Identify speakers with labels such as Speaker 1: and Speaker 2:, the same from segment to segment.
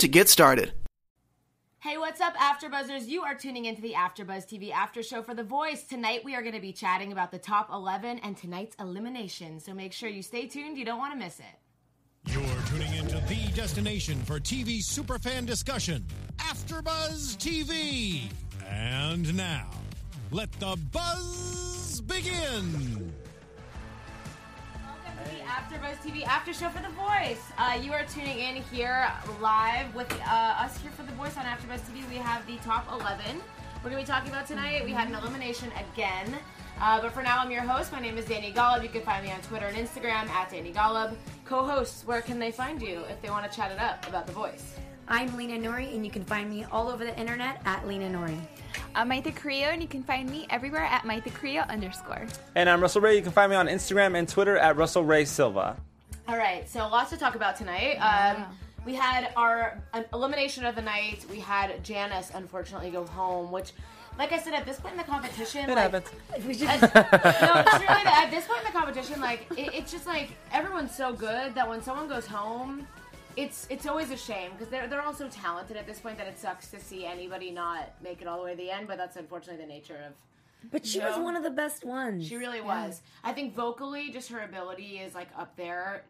Speaker 1: to get started.
Speaker 2: Hey, what's up, AfterBuzzers? You are tuning into the AfterBuzz TV After Show for The Voice. Tonight we are going to be chatting about the top 11 and tonight's elimination. So make sure you stay tuned. You don't want to miss it.
Speaker 3: You're tuning into the destination for TV superfan discussion, AfterBuzz TV. And now, let the buzz begin.
Speaker 2: Welcome to the AfterBuzz TV After Show for The Voice. Uh, you are tuning in here live with uh, us here for The Voice on AfterBuzz TV. We have the top 11. We're going to be talking about tonight. We had an elimination again. Uh, but for now, I'm your host. My name is Danny Golub. You can find me on Twitter and Instagram at Danny Golub. Co-hosts, where can they find you if they want to chat it up about The Voice?
Speaker 4: I'm Lena Nori, and you can find me all over the internet at Lena Nori.
Speaker 5: I'm Maitha Creo, and you can find me everywhere at Maitha Creo underscore.
Speaker 6: And I'm Russell Ray. You can find me on Instagram and Twitter at Russell Ray Silva.
Speaker 2: All right, so lots to talk about tonight. Um, we had our an elimination of the night. We had Janice unfortunately go home, which, like I said, at this point in the competition,
Speaker 6: It
Speaker 2: like,
Speaker 6: happens.
Speaker 4: We should
Speaker 2: no, truly, at this point in the competition, like it, it's just like everyone's so good that when someone goes home, it's it's always a shame because they're they're all so talented at this point that it sucks to see anybody not make it all the way to the end. But that's unfortunately the nature of
Speaker 4: but she was one of the best ones.
Speaker 2: she really was. I think vocally, just her ability is like up there.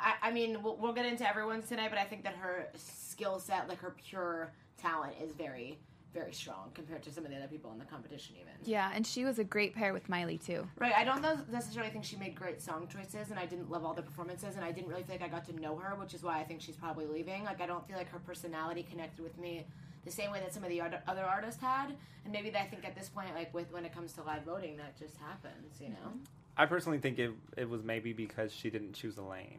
Speaker 2: I, I mean, we'll, we'll get into everyone's tonight, but I think that her skill set, like her pure talent, is very, very strong compared to some of the other people in the competition, even.
Speaker 5: Yeah, and she was a great pair with Miley too.
Speaker 2: Right. I don't know- necessarily think she made great song choices, and I didn't love all the performances, and I didn't really feel like I got to know her, which is why I think she's probably leaving. Like, I don't feel like her personality connected with me the same way that some of the ot- other artists had, and maybe I think at this point, like with when it comes to live voting, that just happens, you know?
Speaker 6: I personally think it, it was maybe because she didn't choose a lane.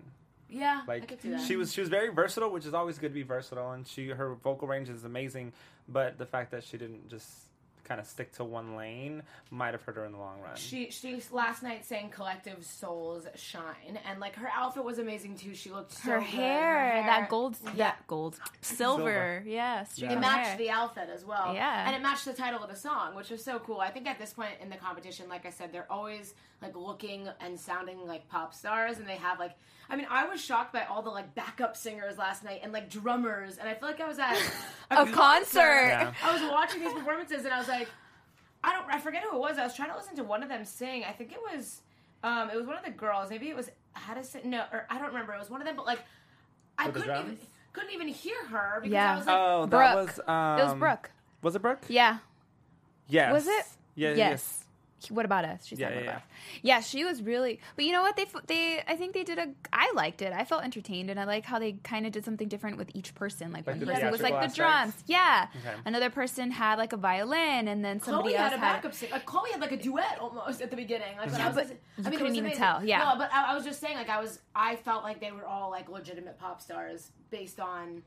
Speaker 2: Yeah, I
Speaker 6: Like
Speaker 2: could see that.
Speaker 6: she was she was very versatile, which is always good to be versatile, and she her vocal range is amazing. But the fact that she didn't just kind of stick to one lane might have hurt her in the long run.
Speaker 2: She she last night sang "Collective Souls Shine" and like her outfit was amazing too. She looked so
Speaker 5: her,
Speaker 2: good.
Speaker 5: hair,
Speaker 2: Her hair-
Speaker 5: that gold, that gold, silver, yeah,
Speaker 6: Yeah.
Speaker 5: streaming
Speaker 2: It
Speaker 6: Her
Speaker 2: matched
Speaker 5: hair.
Speaker 2: the outfit as well.
Speaker 5: Yeah.
Speaker 2: And it matched the title of the song, which was so cool. I think at this point in the competition, like I said, they're always like looking and sounding like pop stars and they have like I mean, I was shocked by all the like backup singers last night and like drummers and I feel like I was at
Speaker 5: a concert.
Speaker 6: Yeah.
Speaker 2: I was watching these performances and I was like, I don't, I forget who it was. I was trying to listen to one of them sing. I think it was, um, it was one of the girls. Maybe it was Addison. No, or I don't remember. It was one of them. But like, I
Speaker 6: With the
Speaker 2: couldn't even
Speaker 6: drums?
Speaker 2: couldn't even hear her because
Speaker 5: Yeah.
Speaker 2: I was like,
Speaker 6: oh, that
Speaker 5: Brooke.
Speaker 6: was um,
Speaker 5: It was Brooke.
Speaker 6: Was it Brooke?
Speaker 5: Yeah,
Speaker 6: Yes.
Speaker 5: was it?
Speaker 6: Yeah,
Speaker 5: yes. What about us? She said,
Speaker 6: Yeah,
Speaker 5: "What
Speaker 6: yeah,
Speaker 5: about us?" Yeah, she was really. But you know what? They f- they I think they did a. I liked it. I felt entertained, and I like how they kind of did something different with each person. Like,
Speaker 6: the
Speaker 5: one person was like the
Speaker 6: theatrical
Speaker 5: drums, yeah.
Speaker 6: Okay.
Speaker 5: Another person had like a violin, and then somebody
Speaker 2: Chloe
Speaker 5: else
Speaker 2: had a backup singer. Like, Chloe had like a duet almost at the beginning. Like, when I was,
Speaker 5: but
Speaker 2: listening-
Speaker 5: you
Speaker 2: I mean, it
Speaker 5: couldn't
Speaker 2: was
Speaker 5: even
Speaker 2: amazing.
Speaker 5: tell, yeah.
Speaker 2: No, but I, I was just saying, like, I was, I felt like they were all like legitimate pop stars based on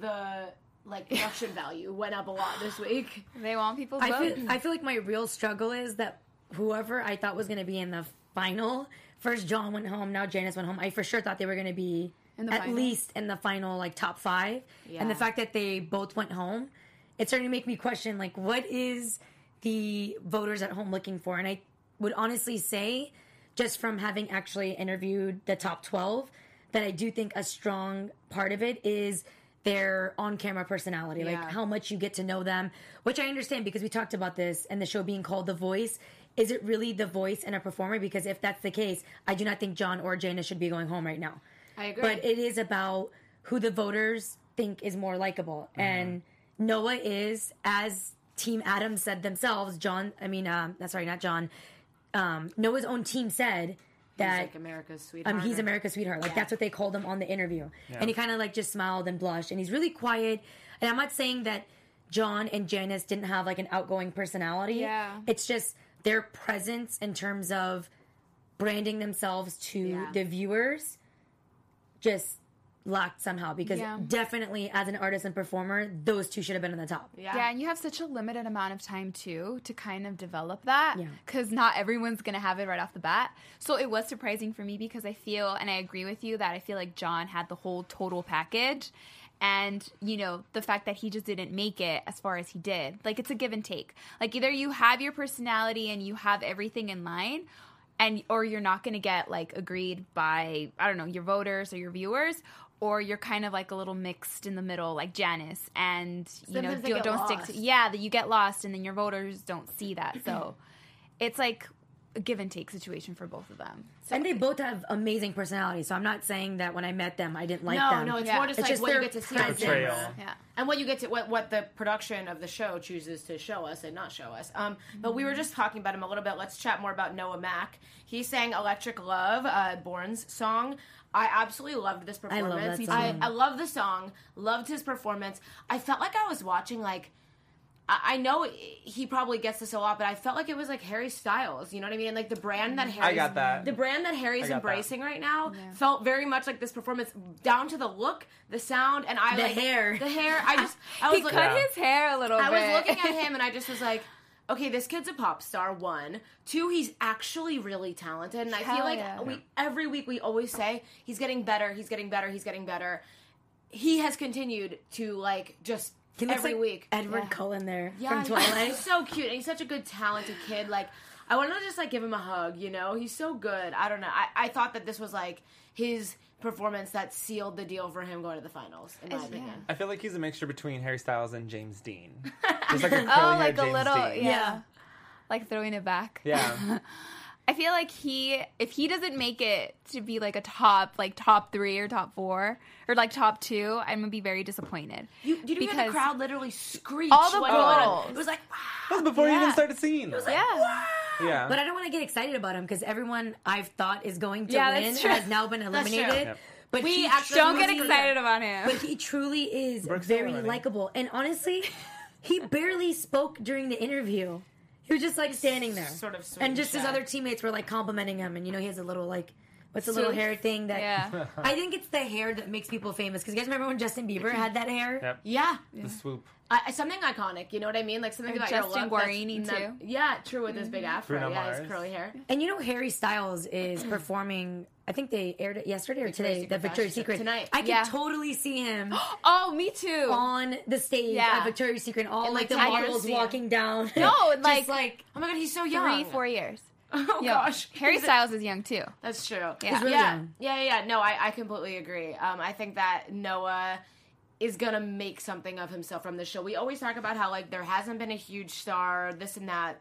Speaker 2: the like production value went up a lot this week.
Speaker 5: They want people's
Speaker 4: I
Speaker 5: votes.
Speaker 4: feel, I feel like my real struggle is that whoever I thought was going to be in the final, first John went home, now Janice went home. I for sure thought they were going to be
Speaker 5: the
Speaker 4: at
Speaker 5: final?
Speaker 4: least in the final, like top five. And the
Speaker 2: Yeah.
Speaker 4: fact that they both went home, it's starting to make me question, like, what is the voters at home looking for? And I would honestly say, just from having actually interviewed the top 12, that I do think a strong part of it is their on camera personality.
Speaker 2: Yeah.
Speaker 4: Like, how much you get to know them, which I understand because we talked about this and the show being called The Voice. Is it really the voice and a performer? Because if that's the case, I do not think John or Jana should be going home right now.
Speaker 2: I agree.
Speaker 4: But it is about who the voters think is more likable.
Speaker 2: Mm-hmm.
Speaker 4: And Noah is, as Team Adams said themselves, John, I mean, um, that's sorry, not John, um, Noah's own team said
Speaker 2: He's
Speaker 4: that
Speaker 2: like America's sweetheart.
Speaker 4: um, he's
Speaker 2: or-
Speaker 4: America's sweetheart. Like that's what they called him on the interview. And he kind of like just smiled and blushed, and he's really quiet. And I'm not saying that John and Janice didn't have like an outgoing personality.
Speaker 5: Yeah.
Speaker 4: it's just their presence in terms of branding themselves to
Speaker 2: Yeah.
Speaker 4: the viewers just locked somehow because
Speaker 5: Yeah.
Speaker 4: definitely as an artist and performer, those two should have been in the top.
Speaker 2: Yeah.
Speaker 5: Yeah, and you have such a limited amount of time too to kind of develop that
Speaker 4: Yeah.
Speaker 5: because not everyone's gonna have it right off the bat. So it was surprising for me because I feel and I agree with you that I feel like John had the whole total package, and you know the fact that he just didn't make it as far as he did. Like it's a give and take. Like either you have your personality and you have everything in line. And or you're not gonna get like agreed by I don't know your voters or your viewers, or you're kind of like a little mixed in the middle, like Janice, and you know
Speaker 2: Sometimes they
Speaker 5: do,
Speaker 2: get
Speaker 5: not stick
Speaker 2: lost.
Speaker 5: to yeah that you get lost and then your voters don't see that so it's like a give and take situation for both of them
Speaker 4: and they both have amazing personalities. So I'm not saying that when I met them, I didn't like
Speaker 2: no,
Speaker 4: them.
Speaker 2: no, it's
Speaker 5: Yeah.
Speaker 2: more just
Speaker 4: It's
Speaker 2: like
Speaker 4: just
Speaker 2: what you
Speaker 4: their
Speaker 2: get to see on
Speaker 4: presence.
Speaker 2: camera.
Speaker 5: Yeah.
Speaker 2: And what you get to what what the production of the show chooses to show us and not show us. Um, but we were just talking about him a little bit. Let's chat more about Noah Mack. He sang "Electric Love," uh, Bourne's song. I absolutely loved this
Speaker 4: I
Speaker 2: performance.
Speaker 4: love that
Speaker 2: I,
Speaker 4: song.
Speaker 2: I love the song. Loved his performance. I felt like I was watching like. I I know he probably gets this a lot, but I felt like it was like Harry Styles. You know what I mean? Like the brand that Harry's,
Speaker 6: Mm-hmm. got that.
Speaker 2: the brand that Harry's
Speaker 6: got that.
Speaker 2: embracing right now felt very much like this performance, down to the look, the sound, and I
Speaker 4: The
Speaker 2: like
Speaker 4: hair.
Speaker 2: the hair. I just I was
Speaker 5: he cut
Speaker 2: looking,
Speaker 5: his hair a little
Speaker 2: I
Speaker 5: bit
Speaker 2: was looking at him, and I just was like. Okay, this kid's a pop star. One, two, he's actually really talented, and I feel
Speaker 5: Hell
Speaker 2: like
Speaker 5: yeah.
Speaker 2: we every week we always say he's getting better, he's getting better, he's getting better. He has continued to like just
Speaker 4: He looks
Speaker 2: every
Speaker 4: like
Speaker 2: week.
Speaker 4: Edward Cullen there
Speaker 2: Yeah,
Speaker 4: from Twilight.
Speaker 2: he's so cute. And he's such a good, talented kid. Like, I want to just like give him a hug. You know, he's so good. I don't know. I, I thought that this was like his performance that sealed the deal for him going to the finals. In my
Speaker 5: It's-
Speaker 2: opinion,
Speaker 5: yeah.
Speaker 6: I feel like he's a mixture between Harry Styles and James Dean. Just like a curly
Speaker 5: oh like a
Speaker 6: James
Speaker 5: little yeah.
Speaker 6: Dean.
Speaker 5: like throwing it back
Speaker 6: Yeah.
Speaker 5: i feel like he if he doesn't make it to be like a top like top three or top four or like top two i'm gonna be very disappointed
Speaker 2: you, did you hear the
Speaker 5: Because-
Speaker 2: crowd literally screech?
Speaker 5: All the
Speaker 2: when he won?
Speaker 5: girls.
Speaker 2: It was like, wow.
Speaker 6: That's before he
Speaker 5: Yeah.
Speaker 6: even started singing.
Speaker 5: yeah
Speaker 6: yeah.
Speaker 4: But I don't want to get excited about him because everyone I've thought is going to
Speaker 5: Yeah, that's
Speaker 4: win
Speaker 5: true.
Speaker 4: has now been
Speaker 2: That's true.
Speaker 4: eliminated.
Speaker 6: Yep.
Speaker 4: But
Speaker 2: We
Speaker 4: he
Speaker 2: actually-
Speaker 5: don't get
Speaker 4: truly-
Speaker 5: excited about him
Speaker 4: But he truly is
Speaker 6: Brooke's still
Speaker 4: very
Speaker 6: running.
Speaker 4: likable. And honestly, he barely spoke during the interview. He was just like standing there,
Speaker 2: sort of sweet
Speaker 4: and just his
Speaker 2: shy.
Speaker 4: other teammates were like complimenting him. And you know, he has a little like. What's the little
Speaker 5: Swoop.
Speaker 4: hair thing that?
Speaker 5: Yeah.
Speaker 4: I think it's the hair that makes people famous. Because you guys remember when Justin Bieber had that hair?
Speaker 6: Yep.
Speaker 2: Yeah,
Speaker 6: The swoop.
Speaker 2: I, I- something iconic. You know what I mean? Like something
Speaker 5: Or
Speaker 2: about your
Speaker 5: Justin
Speaker 2: look that's
Speaker 5: Guarini,
Speaker 2: not-
Speaker 5: too.
Speaker 2: Yeah, true with his big afro.
Speaker 6: Mm-hmm. Bruno
Speaker 2: yeah, his
Speaker 6: Mars.
Speaker 2: curly hair.
Speaker 4: And you know Harry Styles is performing. I think they aired it yesterday or today.
Speaker 2: Secret
Speaker 4: the Victoria's
Speaker 2: Fashion Show.
Speaker 4: Secret
Speaker 2: Tonight.
Speaker 4: I can
Speaker 5: Yeah.
Speaker 4: totally see him
Speaker 5: oh me too
Speaker 4: on the stage
Speaker 5: Yeah.
Speaker 4: at Victoria's Secret, all
Speaker 2: And,
Speaker 4: like
Speaker 2: like,
Speaker 4: the
Speaker 2: tigers
Speaker 4: models
Speaker 2: see him.
Speaker 4: walking down.
Speaker 5: no
Speaker 4: Just,
Speaker 5: like,
Speaker 4: like
Speaker 2: Oh my god, he's so young.
Speaker 5: three four years
Speaker 2: Oh
Speaker 5: Yo,
Speaker 2: gosh,
Speaker 5: harry
Speaker 2: He's a-
Speaker 5: styles is young too
Speaker 2: That's true. Yeah.
Speaker 4: really
Speaker 2: yeah.
Speaker 4: young.
Speaker 2: yeah, yeah, yeah. No, I, I completely agree. Um, I think that Noah is gonna make something of himself from this show. We always talk about how like there hasn't been a huge star, this and that.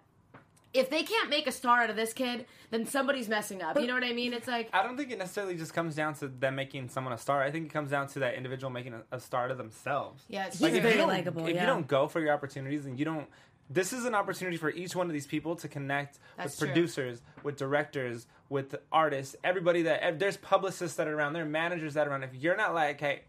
Speaker 2: If they can't make a star out of this kid, then somebody's messing up. You know what I mean? It's like
Speaker 6: I don't think it necessarily just comes down to them making someone a star. I think it comes down to that individual making a, a star to themselves.
Speaker 2: yeah, it's
Speaker 4: He's
Speaker 2: true.
Speaker 6: if
Speaker 4: very
Speaker 6: you don't-
Speaker 4: likable,
Speaker 6: If
Speaker 4: yeah.
Speaker 6: you don't go for your opportunities and you don't, this is an opportunity for each one of these people to connect
Speaker 2: That's
Speaker 6: with
Speaker 2: true.
Speaker 6: producers, with directors, with artists, everybody that ev- there's publicists that are around, there are managers that are around. If you're not like, hey,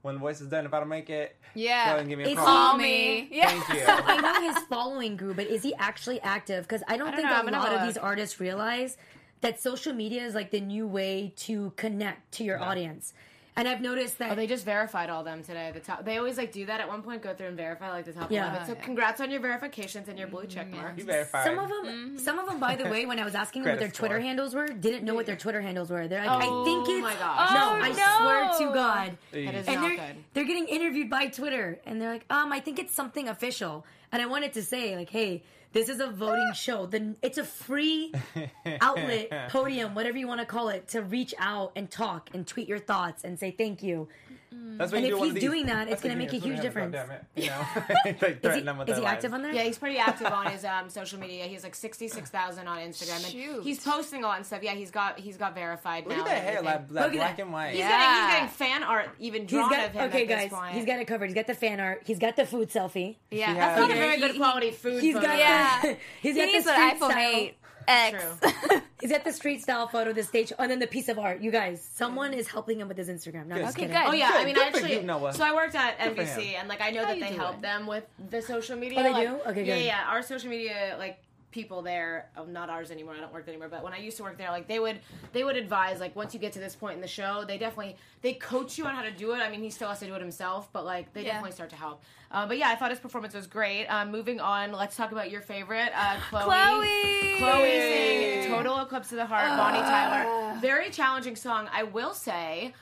Speaker 6: when the voice is done, if I don't make it,
Speaker 5: Yeah.
Speaker 6: go and give me a
Speaker 4: It's
Speaker 6: call.
Speaker 5: Call me. Yeah.
Speaker 6: Thank you.
Speaker 4: I know his following grew, but is he actually active? Because I don't,
Speaker 5: don't
Speaker 4: think
Speaker 5: know. I'm
Speaker 4: a
Speaker 5: gonna
Speaker 4: lot of
Speaker 5: look.
Speaker 4: these artists realize that social media is like the new way to connect to your audience. And I've noticed that
Speaker 2: Oh, they just verified all them today at the top. They always like do that at one point, go through and verify like the top
Speaker 4: Yeah. Mm-hmm.
Speaker 2: eleven. So congrats on your verifications and your blue check marks.
Speaker 6: You verified.
Speaker 4: Some of them,
Speaker 2: Mm-hmm.
Speaker 4: some of them, by the way, when I was asking them what their
Speaker 6: Credit score.
Speaker 4: Twitter handles were, didn't know what their Twitter handles were. They're like,
Speaker 2: Oh
Speaker 4: I think it's
Speaker 2: my gosh.
Speaker 4: no,
Speaker 5: Oh,
Speaker 4: I
Speaker 5: no.
Speaker 4: swear to God,
Speaker 2: That is
Speaker 4: and
Speaker 2: not
Speaker 4: they're
Speaker 2: good.
Speaker 4: they're getting interviewed by Twitter, and they're like, um, I think it's something official, and I wanted to say like, hey. This is a voting show. The, it's a free outlet, podium, whatever you want to call it, to reach out and talk and tweet your thoughts and say thank you.
Speaker 6: That's when
Speaker 4: And
Speaker 6: you
Speaker 4: if
Speaker 6: do one
Speaker 4: he's
Speaker 6: of these.
Speaker 4: doing that, it's
Speaker 6: That's when
Speaker 4: gonna make
Speaker 6: you do
Speaker 4: a huge
Speaker 6: one of
Speaker 4: difference.
Speaker 6: these, God damn it. You know? They
Speaker 4: Is
Speaker 6: threaten
Speaker 4: he,
Speaker 6: them with
Speaker 4: is
Speaker 6: their
Speaker 4: he
Speaker 6: lives.
Speaker 4: active on there?
Speaker 2: Yeah, he's pretty active on his um, social media. He's like sixty six thousand on Instagram, and
Speaker 5: Shoot.
Speaker 2: he's posting a lot and stuff. Yeah, he's got he's got verified
Speaker 6: Look
Speaker 2: now.
Speaker 6: at that
Speaker 2: and
Speaker 6: hair,
Speaker 2: everything.
Speaker 6: like, like
Speaker 4: Look at
Speaker 6: black
Speaker 4: that.
Speaker 6: and white.
Speaker 2: He's
Speaker 5: Yeah.
Speaker 2: getting he's getting fan art even
Speaker 4: He's
Speaker 2: drawn
Speaker 4: got
Speaker 2: of him.
Speaker 4: okay,
Speaker 2: at this
Speaker 4: guys.
Speaker 2: Point.
Speaker 4: He's got it covered. He's got the fan art. He's got the food selfie.
Speaker 5: yeah
Speaker 6: He
Speaker 5: that's
Speaker 6: has-
Speaker 5: not
Speaker 2: not a very good quality food.
Speaker 4: He's
Speaker 2: photo.
Speaker 4: got
Speaker 5: Yeah.
Speaker 4: the, he's
Speaker 5: he
Speaker 4: got the
Speaker 5: needs
Speaker 4: street
Speaker 5: an iPhone
Speaker 4: style.
Speaker 5: 8 X.
Speaker 4: He's got the street style photo, the stage, and then the piece of art. You guys, someone is helping him with his Instagram. No, I'm just
Speaker 5: Okay,
Speaker 4: kidding.
Speaker 5: good.
Speaker 2: Oh yeah, I mean, I
Speaker 6: Good for
Speaker 2: actually.
Speaker 6: you, Noah.
Speaker 2: So I worked at
Speaker 6: for
Speaker 2: NBC,
Speaker 6: him.
Speaker 2: and like I know that
Speaker 5: you
Speaker 2: they
Speaker 5: doing?
Speaker 2: help them with the social media.
Speaker 4: Oh, they
Speaker 2: like-
Speaker 4: do? Okay,
Speaker 2: yeah,
Speaker 4: good.
Speaker 2: yeah. Our social media like people there, oh, not ours anymore. I don't work there anymore. But when I used to work there, like they would they would advise like once you get to this point in the show, they definitely they coach you on how to do it. I mean, he still has to do it himself, but like they
Speaker 5: Yeah.
Speaker 2: definitely start to help. Uh, but yeah, I thought his performance was great. Um, moving on, let's talk about your favorite, uh, Chloe.
Speaker 5: Chloe!
Speaker 2: Chloe singing "Total Eclipse of the Heart," Bonnie Tyler. Very challenging song, I will say.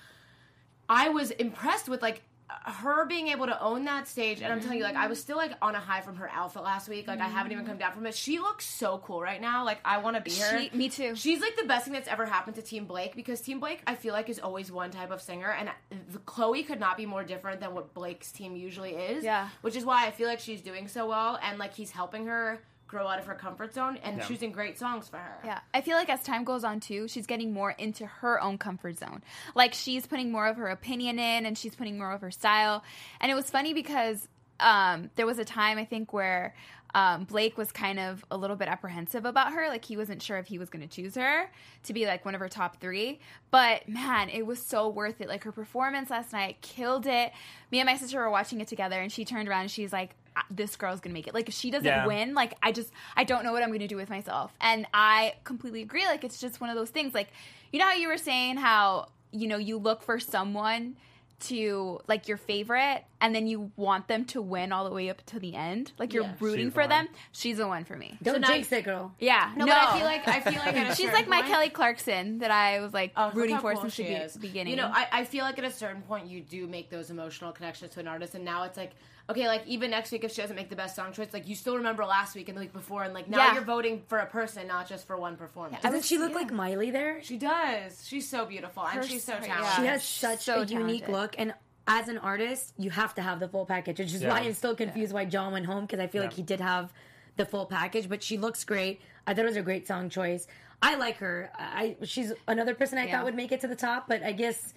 Speaker 2: I was impressed with like her being able to own that stage and I'm telling you like I was still like on a high from her outfit last week like I haven't even come down from it she looks so cool right now like I want to be her
Speaker 5: She- me too.
Speaker 2: she's like the best thing that's ever happened to Team Blake because Team Blake I feel like is always one type of singer and the- Chloe could not be more different than what Blake's team usually is
Speaker 5: Yeah.
Speaker 2: which is why I feel like she's doing so well and like he's helping her grow out of her comfort zone and
Speaker 6: Yeah.
Speaker 2: choosing great songs for her
Speaker 5: Yeah, I feel like as time goes on too, she's getting more into her own comfort zone. Like she's putting more of her opinion in, and she's putting more of her style. And it was funny because um, there was a time I think where um, Blake was kind of a little bit apprehensive about her, like he wasn't sure if he was going to choose her to be like one of her top three. But man, it was so worth it. Like her performance last night killed it. Me and my sister were watching it together, and she turned around and she's like. "Ah, This girl's gonna make it. Like if she doesn't
Speaker 6: Yeah.
Speaker 5: win, in, like i just i don't know what i'm gonna do with myself and i completely agree like it's just one of those things like you know how you were saying how you know you look for someone to like your favorite and then you want them to win all the way up to the end like you're
Speaker 2: Yeah.
Speaker 5: rooting
Speaker 6: She's
Speaker 5: for
Speaker 6: the
Speaker 5: them
Speaker 6: one.
Speaker 5: she's the one for me
Speaker 4: Don't
Speaker 2: now-
Speaker 4: jinx it, girl.
Speaker 5: yeah
Speaker 2: no, but I feel like I feel like at a
Speaker 5: she's
Speaker 2: certain
Speaker 5: like my
Speaker 2: point-
Speaker 5: kelly clarkson that i was like
Speaker 2: Oh, look
Speaker 5: rooting
Speaker 2: how
Speaker 5: for
Speaker 2: cool
Speaker 5: since the
Speaker 2: she
Speaker 5: be-
Speaker 2: is.
Speaker 5: beginning
Speaker 2: You know, I, I feel like at a certain point you do make those emotional connections to an artist, and now it's like, okay, like even next week if she doesn't make the best song choice, like you still remember last week and the week before, and like now
Speaker 5: Yeah.
Speaker 2: you're voting for a person, not just for one performance.
Speaker 5: I
Speaker 4: Doesn't
Speaker 5: was-
Speaker 4: she look
Speaker 5: yeah.
Speaker 4: like Miley there?
Speaker 2: she does. She's so beautiful, and
Speaker 5: Her
Speaker 2: she's so
Speaker 5: story-
Speaker 2: talented.
Speaker 5: yeah.
Speaker 4: She has such
Speaker 5: so
Speaker 4: a unique
Speaker 5: talented.
Speaker 4: look, and as an artist, you have to have the full package, which is why
Speaker 6: Yeah.
Speaker 4: I'm still confused why John went home because I feel like
Speaker 6: Yeah.
Speaker 4: he did have the full package. But she looks great. I thought it was a great song choice. I like her. I she's another person I
Speaker 5: Yeah.
Speaker 4: thought would make it to the top, but I guess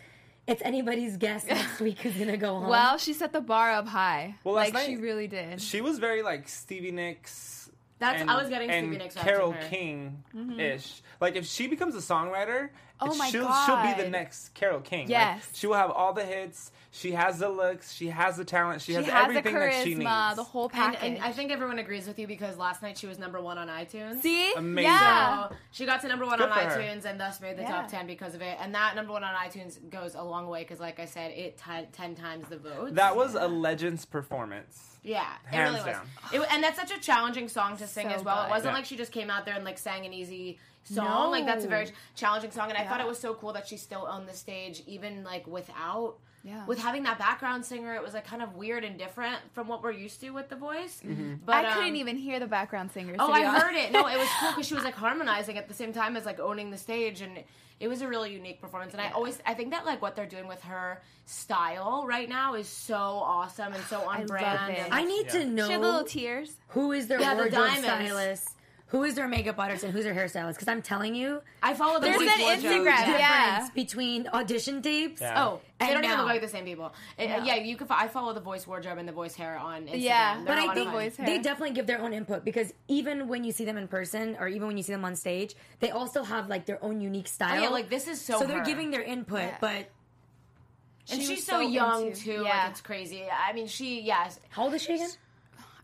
Speaker 4: it's anybody's guess next week who's gonna go home.
Speaker 5: well she set the bar up high
Speaker 6: Well, last
Speaker 5: like she
Speaker 6: night-
Speaker 5: really did
Speaker 6: She was very like Stevie Nicks.
Speaker 2: That's-
Speaker 6: and,
Speaker 2: I was getting
Speaker 6: and
Speaker 2: Stevie Nicks vibes
Speaker 6: Carol
Speaker 2: from her.
Speaker 6: King ish. Like if she becomes a songwriter,
Speaker 5: Oh
Speaker 6: it-
Speaker 5: my
Speaker 6: she'll she'll be the
Speaker 5: God.
Speaker 6: next Carol King. Like,
Speaker 5: Yes.
Speaker 6: she will have all the hits. She has the looks. She has the talent. She,
Speaker 5: she
Speaker 6: has,
Speaker 5: has the
Speaker 6: everything that she
Speaker 5: charisma
Speaker 6: needs.
Speaker 5: the whole
Speaker 2: And,
Speaker 5: package
Speaker 2: and I think everyone agrees with you because last night she was number one on iTunes.
Speaker 5: see
Speaker 6: Amazing.
Speaker 5: yeah
Speaker 2: So she got to number one
Speaker 6: Good
Speaker 2: on
Speaker 6: for her.
Speaker 2: iTunes and thus made the
Speaker 5: Yeah.
Speaker 2: top ten because of it. And that number one on iTunes goes a long way because, like I said, it ti ten times the votes.
Speaker 6: That was a legend's performance.
Speaker 2: Yeah, it
Speaker 6: Hands
Speaker 2: really was.
Speaker 6: down.
Speaker 2: It, and that's such a challenging song to sing
Speaker 5: So
Speaker 2: as well. It
Speaker 5: good.
Speaker 2: wasn't
Speaker 6: Yeah.
Speaker 2: like she just came out there and like sang an easy song. Like that's a very challenging song, and I thought it was so cool that she still owned the stage, even like without.
Speaker 5: Yeah.
Speaker 2: With having that background singer, it was like kind of weird and different from what we're used to with the voice.
Speaker 6: Mm-hmm.
Speaker 2: But
Speaker 5: I
Speaker 2: um,
Speaker 5: couldn't even hear the background singers.
Speaker 2: Oh,
Speaker 5: to
Speaker 2: I
Speaker 5: be honest.
Speaker 2: heard it. No, it was cool because she was like harmonizing at the same time as like owning the stage, and it was a really unique performance. And I always, I think that like what they're doing with her style right now is so awesome and so on
Speaker 5: love
Speaker 2: brand.
Speaker 5: it.
Speaker 2: and-
Speaker 4: I need
Speaker 6: Yeah.
Speaker 4: to know
Speaker 5: She had little tears.
Speaker 4: who is their
Speaker 2: Yeah, the
Speaker 4: wardrobe
Speaker 2: diamonds.
Speaker 4: stylist, who is their makeup artist, and who's their hairstylist. Because I'm telling you,
Speaker 2: I follow the
Speaker 5: There's
Speaker 2: Boys
Speaker 5: an
Speaker 2: wardrobe.
Speaker 5: Instagram, yeah.
Speaker 4: difference between audition tapes.
Speaker 6: Yeah.
Speaker 2: Oh, they
Speaker 4: And
Speaker 2: don't even
Speaker 4: now.
Speaker 2: look like the same people. Uh, Yeah, you can. fo- I follow the voice wardrobe and the voice hair on Instagram.
Speaker 5: Yeah,
Speaker 2: They're
Speaker 4: but
Speaker 2: a
Speaker 4: I
Speaker 2: lot of
Speaker 4: think
Speaker 2: fun.
Speaker 5: voice hair.
Speaker 4: they definitely give their own input because even when you see them in person or even when you see them on stage, they also have like their own unique style.
Speaker 2: Oh, yeah, like, this is so
Speaker 4: they're
Speaker 2: her.
Speaker 4: giving their input,
Speaker 5: Yeah.
Speaker 4: but
Speaker 2: and
Speaker 5: She
Speaker 2: she's
Speaker 5: was
Speaker 2: so, young
Speaker 5: into-
Speaker 2: too.
Speaker 5: Yeah,
Speaker 2: Like it's crazy. I mean, she yes,
Speaker 4: how old is she again?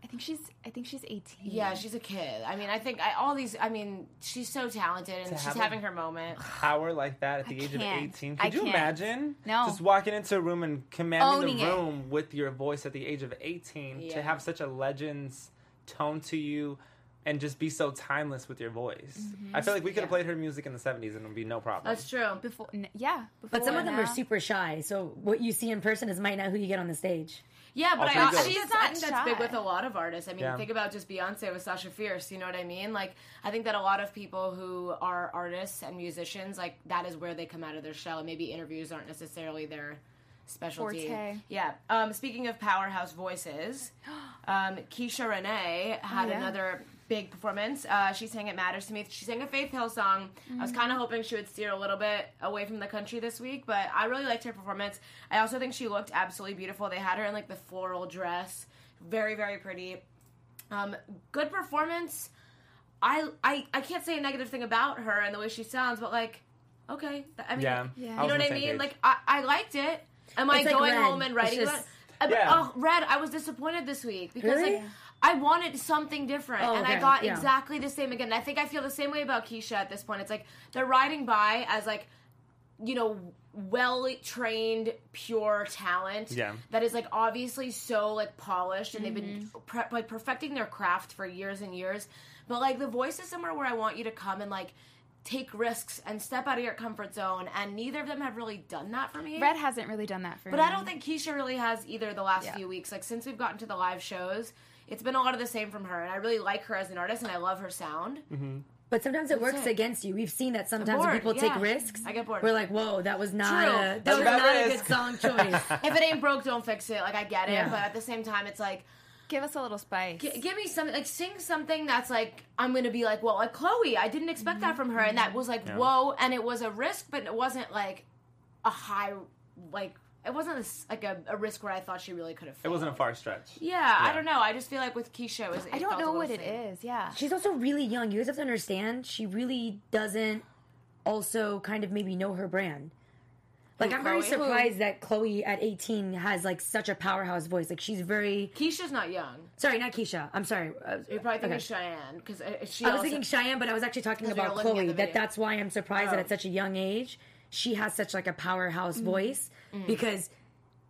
Speaker 5: I think she's. I think she's eighteen.
Speaker 2: yeah, she's a kid. I mean, I think I, all these. I mean, she's so talented and
Speaker 6: To
Speaker 2: she's
Speaker 6: have a-
Speaker 2: having her moment.
Speaker 6: Power like that at the
Speaker 5: I
Speaker 6: age
Speaker 5: can't.
Speaker 6: of 18.
Speaker 5: I
Speaker 6: Could you
Speaker 5: can't.
Speaker 6: imagine?
Speaker 5: No.
Speaker 6: Just walking into a room and commanding
Speaker 5: Owning
Speaker 6: the
Speaker 5: it.
Speaker 6: room with your voice at the age of 18
Speaker 2: Yeah.
Speaker 6: to have such a legend's tone to you and just be so timeless with your voice.
Speaker 5: Mm-hmm.
Speaker 6: I feel like we could have
Speaker 2: Yeah.
Speaker 6: played her music in the 70s and it would be no problem.
Speaker 2: That's true.
Speaker 5: Before, n- yeah. Before
Speaker 4: But some of them are
Speaker 5: now.
Speaker 4: super shy, so what you see in person is might not who you get on the stage.
Speaker 2: Yeah, but I,
Speaker 6: Also, you
Speaker 2: I
Speaker 6: go-
Speaker 2: think
Speaker 5: She's
Speaker 2: that's, I think
Speaker 5: not
Speaker 2: that's big
Speaker 5: shy.
Speaker 2: with a lot of artists. I mean,
Speaker 6: Yeah.
Speaker 2: think about just Beyonce with Sasha Fierce. You know what I mean? Like, I think that a lot of people who are artists and musicians, like, that is where they come out of their shell. And maybe interviews aren't necessarily their specialty.
Speaker 5: Forte.
Speaker 2: Yeah. Um, speaking of powerhouse voices, um, Keisha Renee had
Speaker 5: Oh, yeah.
Speaker 2: another big performance. Uh, she sang "It Matters to Me." She sang a Faith Hill song. I
Speaker 4: Mm-hmm.
Speaker 2: was kind of hoping she would steer a little bit away from the country this week, but I really liked her performance. I also think she looked absolutely beautiful. They had her in like the floral dress, very very pretty. Um, good performance. I, I I can't say a negative thing about her and the way she sounds, but like, okay, Th- I mean,
Speaker 6: Yeah.
Speaker 5: Yeah.
Speaker 6: I
Speaker 5: You
Speaker 2: you
Speaker 6: was
Speaker 2: know
Speaker 6: on
Speaker 2: what I
Speaker 6: the
Speaker 2: mean?
Speaker 6: same page.
Speaker 2: Like, I, I liked it. Am I
Speaker 4: It's like
Speaker 2: going
Speaker 4: Red.
Speaker 2: home and
Speaker 4: It's
Speaker 2: writing
Speaker 4: just-
Speaker 2: about? Uh, but,
Speaker 6: Yeah.
Speaker 2: Oh, Red! I was disappointed this week because
Speaker 4: Really?
Speaker 2: like I wanted something different,
Speaker 4: Oh,
Speaker 2: and
Speaker 4: okay,
Speaker 2: I got
Speaker 4: yeah.
Speaker 2: exactly the same again. I think I feel the same way about Keisha at this point. It's like they're riding by as like, you know, well trained, pure talent.
Speaker 6: Yeah.
Speaker 2: That is like obviously so like polished, and they've
Speaker 4: Mm-hmm.
Speaker 2: been pre- like perfecting their craft for years and years. But like the voice is somewhere where I want you to come and like take risks and step out of your comfort zone, and neither of them have really done that for me.
Speaker 5: Red hasn't really done that for
Speaker 2: But
Speaker 5: me.
Speaker 2: I don't think Keisha really has either the last
Speaker 5: Yeah.
Speaker 2: few weeks. Like since we've gotten to the live shows, it's been a lot of the same from her, and I really like her as an artist, and I love her sound.
Speaker 4: But sometimes it works
Speaker 2: it.
Speaker 4: against you. We've seen that sometimes
Speaker 2: bored,
Speaker 4: when people
Speaker 2: yeah.
Speaker 4: take risks.
Speaker 2: I get bored.
Speaker 4: We're like, whoa, that was not
Speaker 2: True.
Speaker 4: a that
Speaker 2: That's
Speaker 4: was
Speaker 6: about
Speaker 4: not a
Speaker 6: risk.
Speaker 4: good song choice.
Speaker 2: If it ain't broke, don't fix it. Like I get it,
Speaker 4: Yeah.
Speaker 2: but at the same time, it's like
Speaker 5: Give us a little spice.
Speaker 2: g- give me something, like sing something that's like I'm gonna be like, well, like Chloe, I didn't expect that from her, and that was like whoa, and it was a risk, but it wasn't like a high like it wasn't a s like a, a risk where I thought she really could have.
Speaker 6: It wasn't a far stretch.
Speaker 2: Yeah, I don't know. I just feel like with Keisha, it was,
Speaker 5: I don't know what it is. Yeah.
Speaker 4: She's also really young. You guys have to understand, she really doesn't also kind of maybe know her brand. Like
Speaker 2: Who,
Speaker 4: I'm very
Speaker 2: Chloe?
Speaker 4: surprised that Chloe at 18 has like such a powerhouse voice. Like she's very
Speaker 2: Keisha's not young.
Speaker 4: sorry, not Keisha. I'm sorry. Uh,
Speaker 2: You're probably thinking
Speaker 4: okay.
Speaker 2: Cheyenne because she.
Speaker 4: I was
Speaker 2: also-
Speaker 4: thinking Cheyenne, but I was actually talking
Speaker 2: we were
Speaker 4: about
Speaker 2: looking at
Speaker 4: Chloe.
Speaker 2: the
Speaker 4: That
Speaker 2: video.
Speaker 4: that's why I'm surprised that
Speaker 2: Oh. Mm-hmm.
Speaker 4: at such a young age she has such like a powerhouse voice because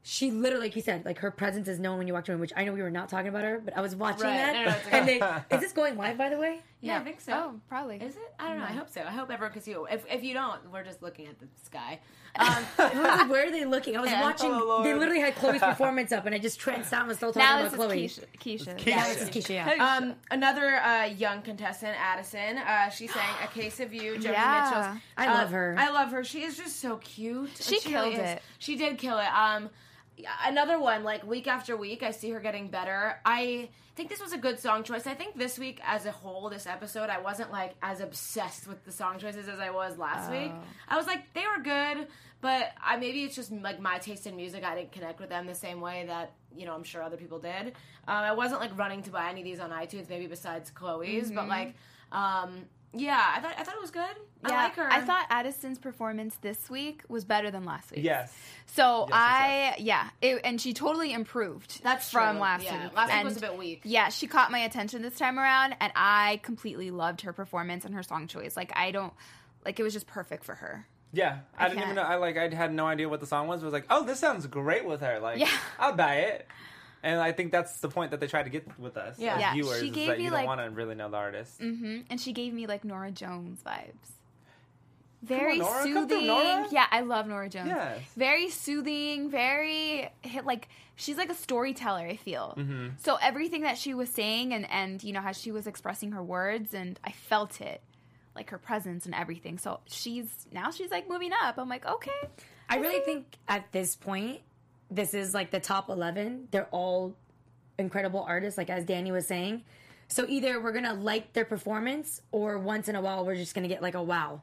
Speaker 4: she literally, like you said, like her presence is known when you walk to a room. Which I know we were not talking about her, but I was watching
Speaker 2: Right.
Speaker 4: that.
Speaker 2: No, no, it's okay.
Speaker 4: and they, is this going live by the way?
Speaker 2: Yeah, I think so.
Speaker 5: Oh, probably.
Speaker 2: Is it? I don't know. I hope so. I hope everyone can see. it. If if you don't, we're just looking at the sky. Um,
Speaker 4: I was like, where are they looking? I was
Speaker 2: Yeah.
Speaker 4: watching.
Speaker 2: Oh,
Speaker 6: Lord.
Speaker 4: they literally had Chloe's performance up, and I just tranced out and was still talking
Speaker 5: Now
Speaker 4: about
Speaker 5: this is
Speaker 4: Chloe.
Speaker 5: Keisha. Keisha.
Speaker 6: Keisha.
Speaker 4: Now this is Keisha. Yeah.
Speaker 2: um, another uh, young contestant, Addison. Uh, she sang "A Case of You." Joni
Speaker 5: Yeah.
Speaker 2: Mitchell's.
Speaker 4: I
Speaker 2: Uh,
Speaker 4: love her.
Speaker 2: I love her. She is just so cute.
Speaker 5: She
Speaker 2: Like, really
Speaker 5: killed
Speaker 2: is.
Speaker 5: it.
Speaker 2: She did kill it. Um, another one. Like week after week, I see her getting better. I think this was a good song choice. I think this week, as a whole, this episode, I wasn't like as obsessed with the song choices as I was
Speaker 5: Oh.
Speaker 2: last week. I was like, they were good, but I maybe it's just like my taste in music. I didn't connect with them the same way that you know I'm sure other people did. Um, I wasn't like running to buy any of these on iTunes, maybe besides Chloe's,
Speaker 5: Mm-hmm.
Speaker 2: but like, um, yeah, I thought I thought it was good.
Speaker 5: Yeah,
Speaker 2: I like her.
Speaker 5: I thought Addison's performance this week was better than last week.
Speaker 6: Yes.
Speaker 5: So
Speaker 6: yes,
Speaker 5: I, yeah, it, and she totally improved.
Speaker 2: That's
Speaker 5: from
Speaker 2: true.
Speaker 5: last
Speaker 2: Yeah,
Speaker 5: week.
Speaker 2: last week
Speaker 5: And
Speaker 2: was a bit weak.
Speaker 5: Yeah, she caught my attention this time around, and I completely loved her performance and her song choice. Like I don't, like it was just perfect for her.
Speaker 6: Yeah. I, didn't even
Speaker 5: can't.
Speaker 6: know. I like. I had no idea what the song was. I was like, oh, this sounds great with her. Like,
Speaker 5: Yeah.
Speaker 6: I'll buy it. And I think that's the point that they try to get with us
Speaker 2: Yeah.
Speaker 6: as
Speaker 5: Yeah,
Speaker 6: viewers
Speaker 5: she
Speaker 6: is
Speaker 5: gave
Speaker 6: that
Speaker 5: me,
Speaker 6: you
Speaker 5: like-
Speaker 6: don't want to really know the artist.
Speaker 5: hmm And she gave me like Nora Jones vibes. Very
Speaker 6: Nora. Come through,
Speaker 5: soothing.
Speaker 6: Nora.
Speaker 5: Yeah, I love Nora Jones.
Speaker 6: Yes.
Speaker 5: Very soothing, very hit like she's like a storyteller, I feel.
Speaker 6: Mm-hmm.
Speaker 5: So everything that she was saying and and you know how she was expressing her words and I felt it. Like her presence and everything. So she's now she's like moving up. I'm like, okay.
Speaker 4: I really think at this point, this is like the top 11. They're all incredible artists, like as Danny was saying. So either we're going to like their performance, or once in a while, we're just going to get like a wow.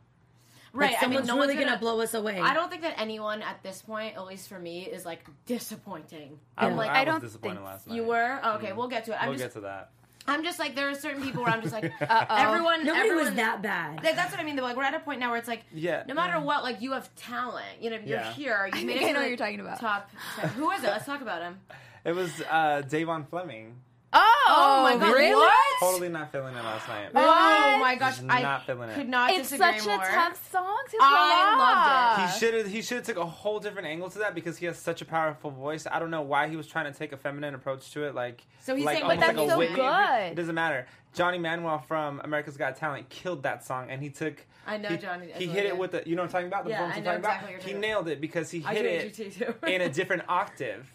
Speaker 2: right. I mean,
Speaker 4: Someone's
Speaker 2: no
Speaker 4: really
Speaker 2: one's
Speaker 4: going to blow us away.
Speaker 2: I don't think that anyone at this point, at least for me, is like disappointing.
Speaker 6: I,
Speaker 2: I'm
Speaker 6: was-
Speaker 2: like,
Speaker 6: I,
Speaker 5: I don't
Speaker 6: was disappointed
Speaker 5: think
Speaker 6: last night.
Speaker 2: you were Oh, okay. We'll get to it. I'm
Speaker 6: We'll
Speaker 2: just,
Speaker 6: get to that.
Speaker 2: I'm just like there are certain people where I'm just like uh, everyone.
Speaker 4: Nobody
Speaker 2: everyone,
Speaker 4: was that bad.
Speaker 2: Like, that's what I mean. Though, like we're at a point now where it's like,
Speaker 6: Yeah.
Speaker 2: no matter what, like you have talent. You know, you're
Speaker 6: Yeah.
Speaker 2: here. You made it
Speaker 5: think Mm.
Speaker 2: to
Speaker 5: I know
Speaker 2: the
Speaker 5: what you're talking about.
Speaker 2: Top. 10. Who is it? Let's talk about him.
Speaker 6: It was uh, Davon Fleming.
Speaker 5: Oh,
Speaker 2: my God,
Speaker 5: Really?
Speaker 2: what?
Speaker 6: Totally not feeling it last night.
Speaker 2: Oh my gosh,
Speaker 6: Just
Speaker 2: I
Speaker 6: not feeling it.
Speaker 2: could not
Speaker 5: It's
Speaker 2: disagree
Speaker 5: such
Speaker 2: more.
Speaker 5: a tough song to
Speaker 2: I
Speaker 5: pull
Speaker 2: loved
Speaker 5: off.
Speaker 6: He should have. He should have took a whole different angle to that because he has such a powerful voice. I don't know why he was trying to take a feminine approach to it. Like
Speaker 2: So he's
Speaker 6: like,
Speaker 2: saying, but
Speaker 5: that's
Speaker 6: almost a
Speaker 5: so
Speaker 6: wave.
Speaker 5: good.
Speaker 6: It doesn't matter. Johnny Manuel from America's Got Talent killed that song, and he took.
Speaker 2: I know
Speaker 6: he,
Speaker 2: Johnny as
Speaker 6: He
Speaker 2: well,
Speaker 6: hit
Speaker 2: yeah.
Speaker 6: it with the. You know what I'm talking about? The
Speaker 2: Yeah,
Speaker 6: performance
Speaker 2: I know
Speaker 6: I'm talking
Speaker 2: exactly what
Speaker 6: about.
Speaker 2: you're
Speaker 6: He
Speaker 2: talking
Speaker 6: nailed it because he
Speaker 2: I
Speaker 6: hit
Speaker 2: do what you
Speaker 6: it
Speaker 2: do, too.
Speaker 6: in a different octave,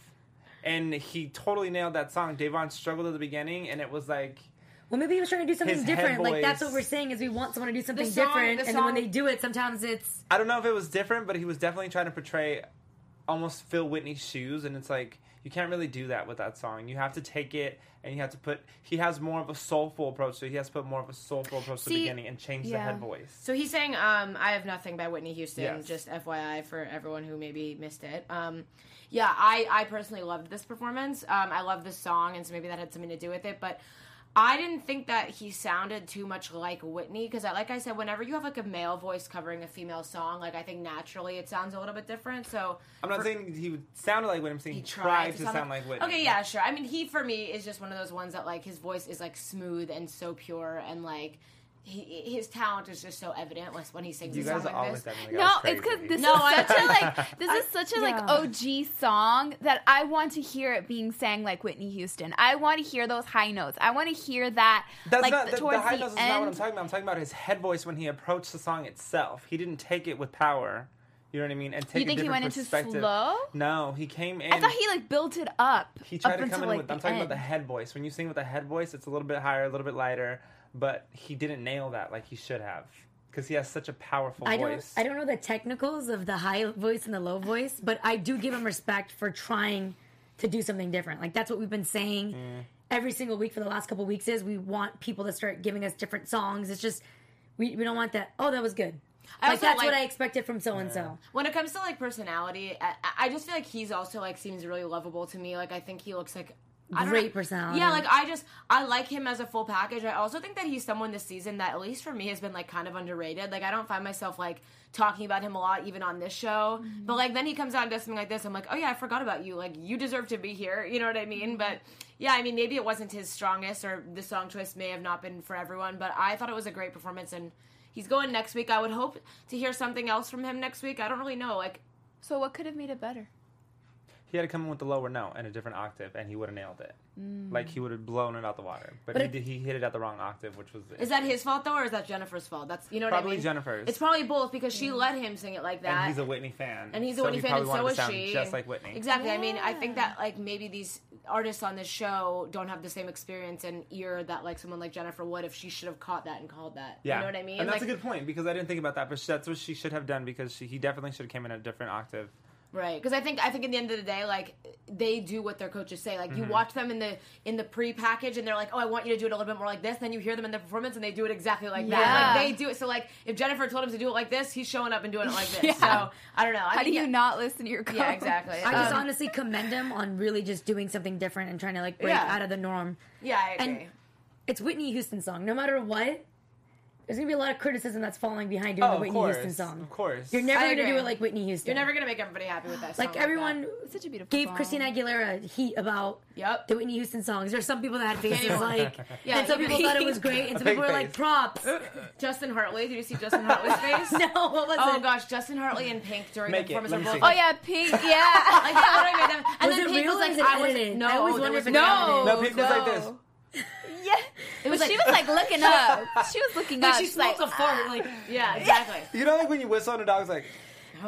Speaker 6: and he totally nailed that song. Davon struggled at the beginning, and it was like.
Speaker 4: well, maybe he was trying to do something
Speaker 6: His head
Speaker 4: different. Like, that's
Speaker 6: voice.
Speaker 4: what we're saying is we want someone to do something
Speaker 2: song-
Speaker 4: different.
Speaker 2: the
Speaker 4: and then when
Speaker 2: song-
Speaker 4: they do it, sometimes it's
Speaker 6: I don't know if it was different, but he was definitely trying to portray almost Phil Whitney's shoes, and it's like you can't really do that with that song. You have to take it and you have to put. He has more of a soulful approach, so he has to put more of a soulful approach to the
Speaker 5: See,
Speaker 6: beginning and change the
Speaker 5: yeah.
Speaker 6: head voice.
Speaker 2: So he's saying, um, "I have nothing" by Whitney Houston.
Speaker 6: Yes.
Speaker 2: Just FYI for everyone who maybe missed it. Um, yeah, I I personally loved this performance. Um, I love this song, and so maybe that had something to do with it. But I didn't think that he sounded too much like Whitney because, I, like I said, whenever you have like a male voice covering a female song, like I think naturally it sounds a little bit different. So
Speaker 6: I'm not
Speaker 2: for-
Speaker 6: saying he would- sounded like Whitney. I'm saying he tried to sound like Whitney.
Speaker 2: Okay, yeah, sure. I mean, he for me is just one of those ones that like his voice is like smooth and so pure and like he, his talent is just so evident when- when he sings.
Speaker 6: You
Speaker 2: a song
Speaker 6: guys are
Speaker 2: like
Speaker 6: always
Speaker 2: this.
Speaker 6: sounding like
Speaker 5: No,
Speaker 6: I was
Speaker 5: it's because
Speaker 6: crazy.
Speaker 5: this
Speaker 2: No,
Speaker 5: is
Speaker 2: I-
Speaker 5: such a like this is such a like
Speaker 4: yeah.
Speaker 5: OG song that I want to hear it being sang like Whitney Houston. I want to hear those high notes. I want to hear that
Speaker 6: That's
Speaker 5: like
Speaker 6: not
Speaker 5: the,
Speaker 6: the, the
Speaker 5: towards
Speaker 6: high
Speaker 5: the
Speaker 6: notes is
Speaker 5: end.
Speaker 6: not what I'm talking about. I'm talking about his head voice when he approached the song itself. He didn't take it with power. You know what I mean? And take a
Speaker 5: think he
Speaker 6: different
Speaker 5: went into
Speaker 6: perspective.
Speaker 5: slow?
Speaker 6: No, he came in.
Speaker 5: I thought he like built it up.
Speaker 6: he tried
Speaker 5: up
Speaker 6: to come
Speaker 5: until,
Speaker 6: in
Speaker 5: like,
Speaker 6: with.
Speaker 5: the
Speaker 6: I'm talking about the
Speaker 5: end.
Speaker 6: head voice. When you sing with a head voice, it's a little bit higher, a little bit lighter, but he didn't nail that like he should have because he has such a powerful
Speaker 4: I don't,
Speaker 6: voice.
Speaker 4: I don't know the technicals of the high voice and the low voice, but I do give him respect for trying to do something different. Like that's what we've been saying
Speaker 6: Mm.
Speaker 4: every single week for the last couple weeks is we want people to start giving us different songs. It's just we, we don't want that. Oh, that was good.
Speaker 2: I
Speaker 4: like
Speaker 2: also
Speaker 4: that's
Speaker 2: like-
Speaker 4: what I expected from so and so.
Speaker 2: When it comes to like personality, I, I just feel like he's also like seems really lovable to me. Like I think he looks like I don't
Speaker 4: Great
Speaker 2: know.
Speaker 4: personality.
Speaker 2: Yeah, like I just I like him as a full package. I also think that he's someone this season that at least for me has been like kind of underrated. Like I don't find myself like talking about him a lot even on this show.
Speaker 4: Mm-hmm.
Speaker 2: But like then he comes out and does something like this. I'm like, oh yeah, I forgot about you. Like you deserve to be here. You know what I
Speaker 4: Mm-hmm.
Speaker 2: mean? But yeah, I mean maybe it wasn't his strongest or the song choice may have not been for everyone. But I thought it was a great performance and. He's going next week. I would hope to hear something else from him next week. I don't really know. Like,
Speaker 5: So what could have made it better?
Speaker 6: he had to come in with a lower note and a different octave, and he would have nailed it.
Speaker 2: Mm.
Speaker 6: Like he would have blown it out the water, but,
Speaker 4: But
Speaker 6: he
Speaker 4: it-
Speaker 6: did, he hit it at the wrong octave, which was
Speaker 2: is that his fault though, or is that Jennifer's fault? That's you know what I
Speaker 6: Probably
Speaker 2: mean.
Speaker 6: Jennifer's.
Speaker 2: It's probably both because she let him sing it like that.
Speaker 6: And he's a Whitney fan,
Speaker 2: and he's a
Speaker 6: so
Speaker 2: Whitney
Speaker 6: he
Speaker 2: fan,
Speaker 6: probably
Speaker 2: and so
Speaker 6: wanted to
Speaker 2: is
Speaker 6: sound
Speaker 2: she.
Speaker 6: just like Whitney.
Speaker 2: Exactly. I mean, I think that like maybe these artists on this show don't have the same experience and ear that like someone like Jennifer would if she should have caught that and called that. You know what I mean?
Speaker 6: And that's
Speaker 2: like,
Speaker 6: a good point because I didn't think about that, but that's what she should have done because she, he definitely should have came in at a different octave.
Speaker 2: Right, because I think I think at the end of the day, like they do what their coaches say. Like
Speaker 6: Mm-hmm.
Speaker 2: you watch them in the in the pre-package, and they're like, "Oh, I want you to do it a little bit more like this." Then you hear them in the performance, and they do it exactly like that.
Speaker 5: Yeah.
Speaker 2: Like they do it. So like if Jennifer told him to do it like this, he's showing up and doing it like this.
Speaker 5: Yeah.
Speaker 2: So I don't know. I
Speaker 5: How do
Speaker 2: mean,
Speaker 5: you
Speaker 2: yeah,
Speaker 5: not listen to your coach?
Speaker 2: Yeah, exactly.
Speaker 4: I just
Speaker 2: Um,
Speaker 4: honestly commend him on really just doing something different and trying to like break
Speaker 2: Yeah.
Speaker 4: out of the norm.
Speaker 2: yeah, I agree.
Speaker 4: And it's Whitney Houston song. No matter what, there's gonna be a lot of criticism that's falling behind doing
Speaker 6: Oh,
Speaker 4: the
Speaker 6: of
Speaker 4: Whitney
Speaker 6: course,
Speaker 4: Houston song.
Speaker 6: of course.
Speaker 4: You're never
Speaker 2: I
Speaker 4: gonna do
Speaker 2: agree.
Speaker 4: it like Whitney Houston.
Speaker 2: You're never gonna make everybody happy with Oh that. Song
Speaker 4: like everyone
Speaker 2: that.
Speaker 5: Such a beautiful
Speaker 4: gave
Speaker 5: song.
Speaker 4: Christina Aguilera heat about
Speaker 2: Yep.
Speaker 4: the Whitney Houston songs. There's some people that had faces
Speaker 2: Same.
Speaker 4: like,
Speaker 2: Yeah,
Speaker 4: and some people thought it was great, and some
Speaker 6: big
Speaker 4: people were like
Speaker 6: face.
Speaker 4: props. no,
Speaker 2: Justin Hartley. Did you see Justin Hartley's face?
Speaker 4: what was
Speaker 2: Oh
Speaker 4: it?
Speaker 2: gosh, Justin Hartley and Pink during
Speaker 6: Make it.
Speaker 2: the performance
Speaker 6: Let
Speaker 2: are both.
Speaker 6: me see.
Speaker 5: Oh yeah, pink. Yeah.
Speaker 2: Like that's what I made them. And
Speaker 4: Was
Speaker 2: then
Speaker 4: it
Speaker 2: Pink
Speaker 4: real
Speaker 2: was
Speaker 4: or
Speaker 2: like,
Speaker 4: was it
Speaker 2: "I was
Speaker 4: edited?
Speaker 2: no,
Speaker 4: I always
Speaker 2: there
Speaker 4: wondered
Speaker 2: was
Speaker 4: if it
Speaker 2: no,
Speaker 4: was edited.
Speaker 6: No, Pink was like this.
Speaker 5: Oh. yeah.
Speaker 2: was
Speaker 5: But she
Speaker 2: like-
Speaker 5: was like looking up. She was looking up.
Speaker 4: She
Speaker 5: She's
Speaker 4: smoked
Speaker 5: like, "Ah."
Speaker 4: a fart. Like,
Speaker 2: Yeah, exactly.
Speaker 6: You know, like when you whistle and a dog's like,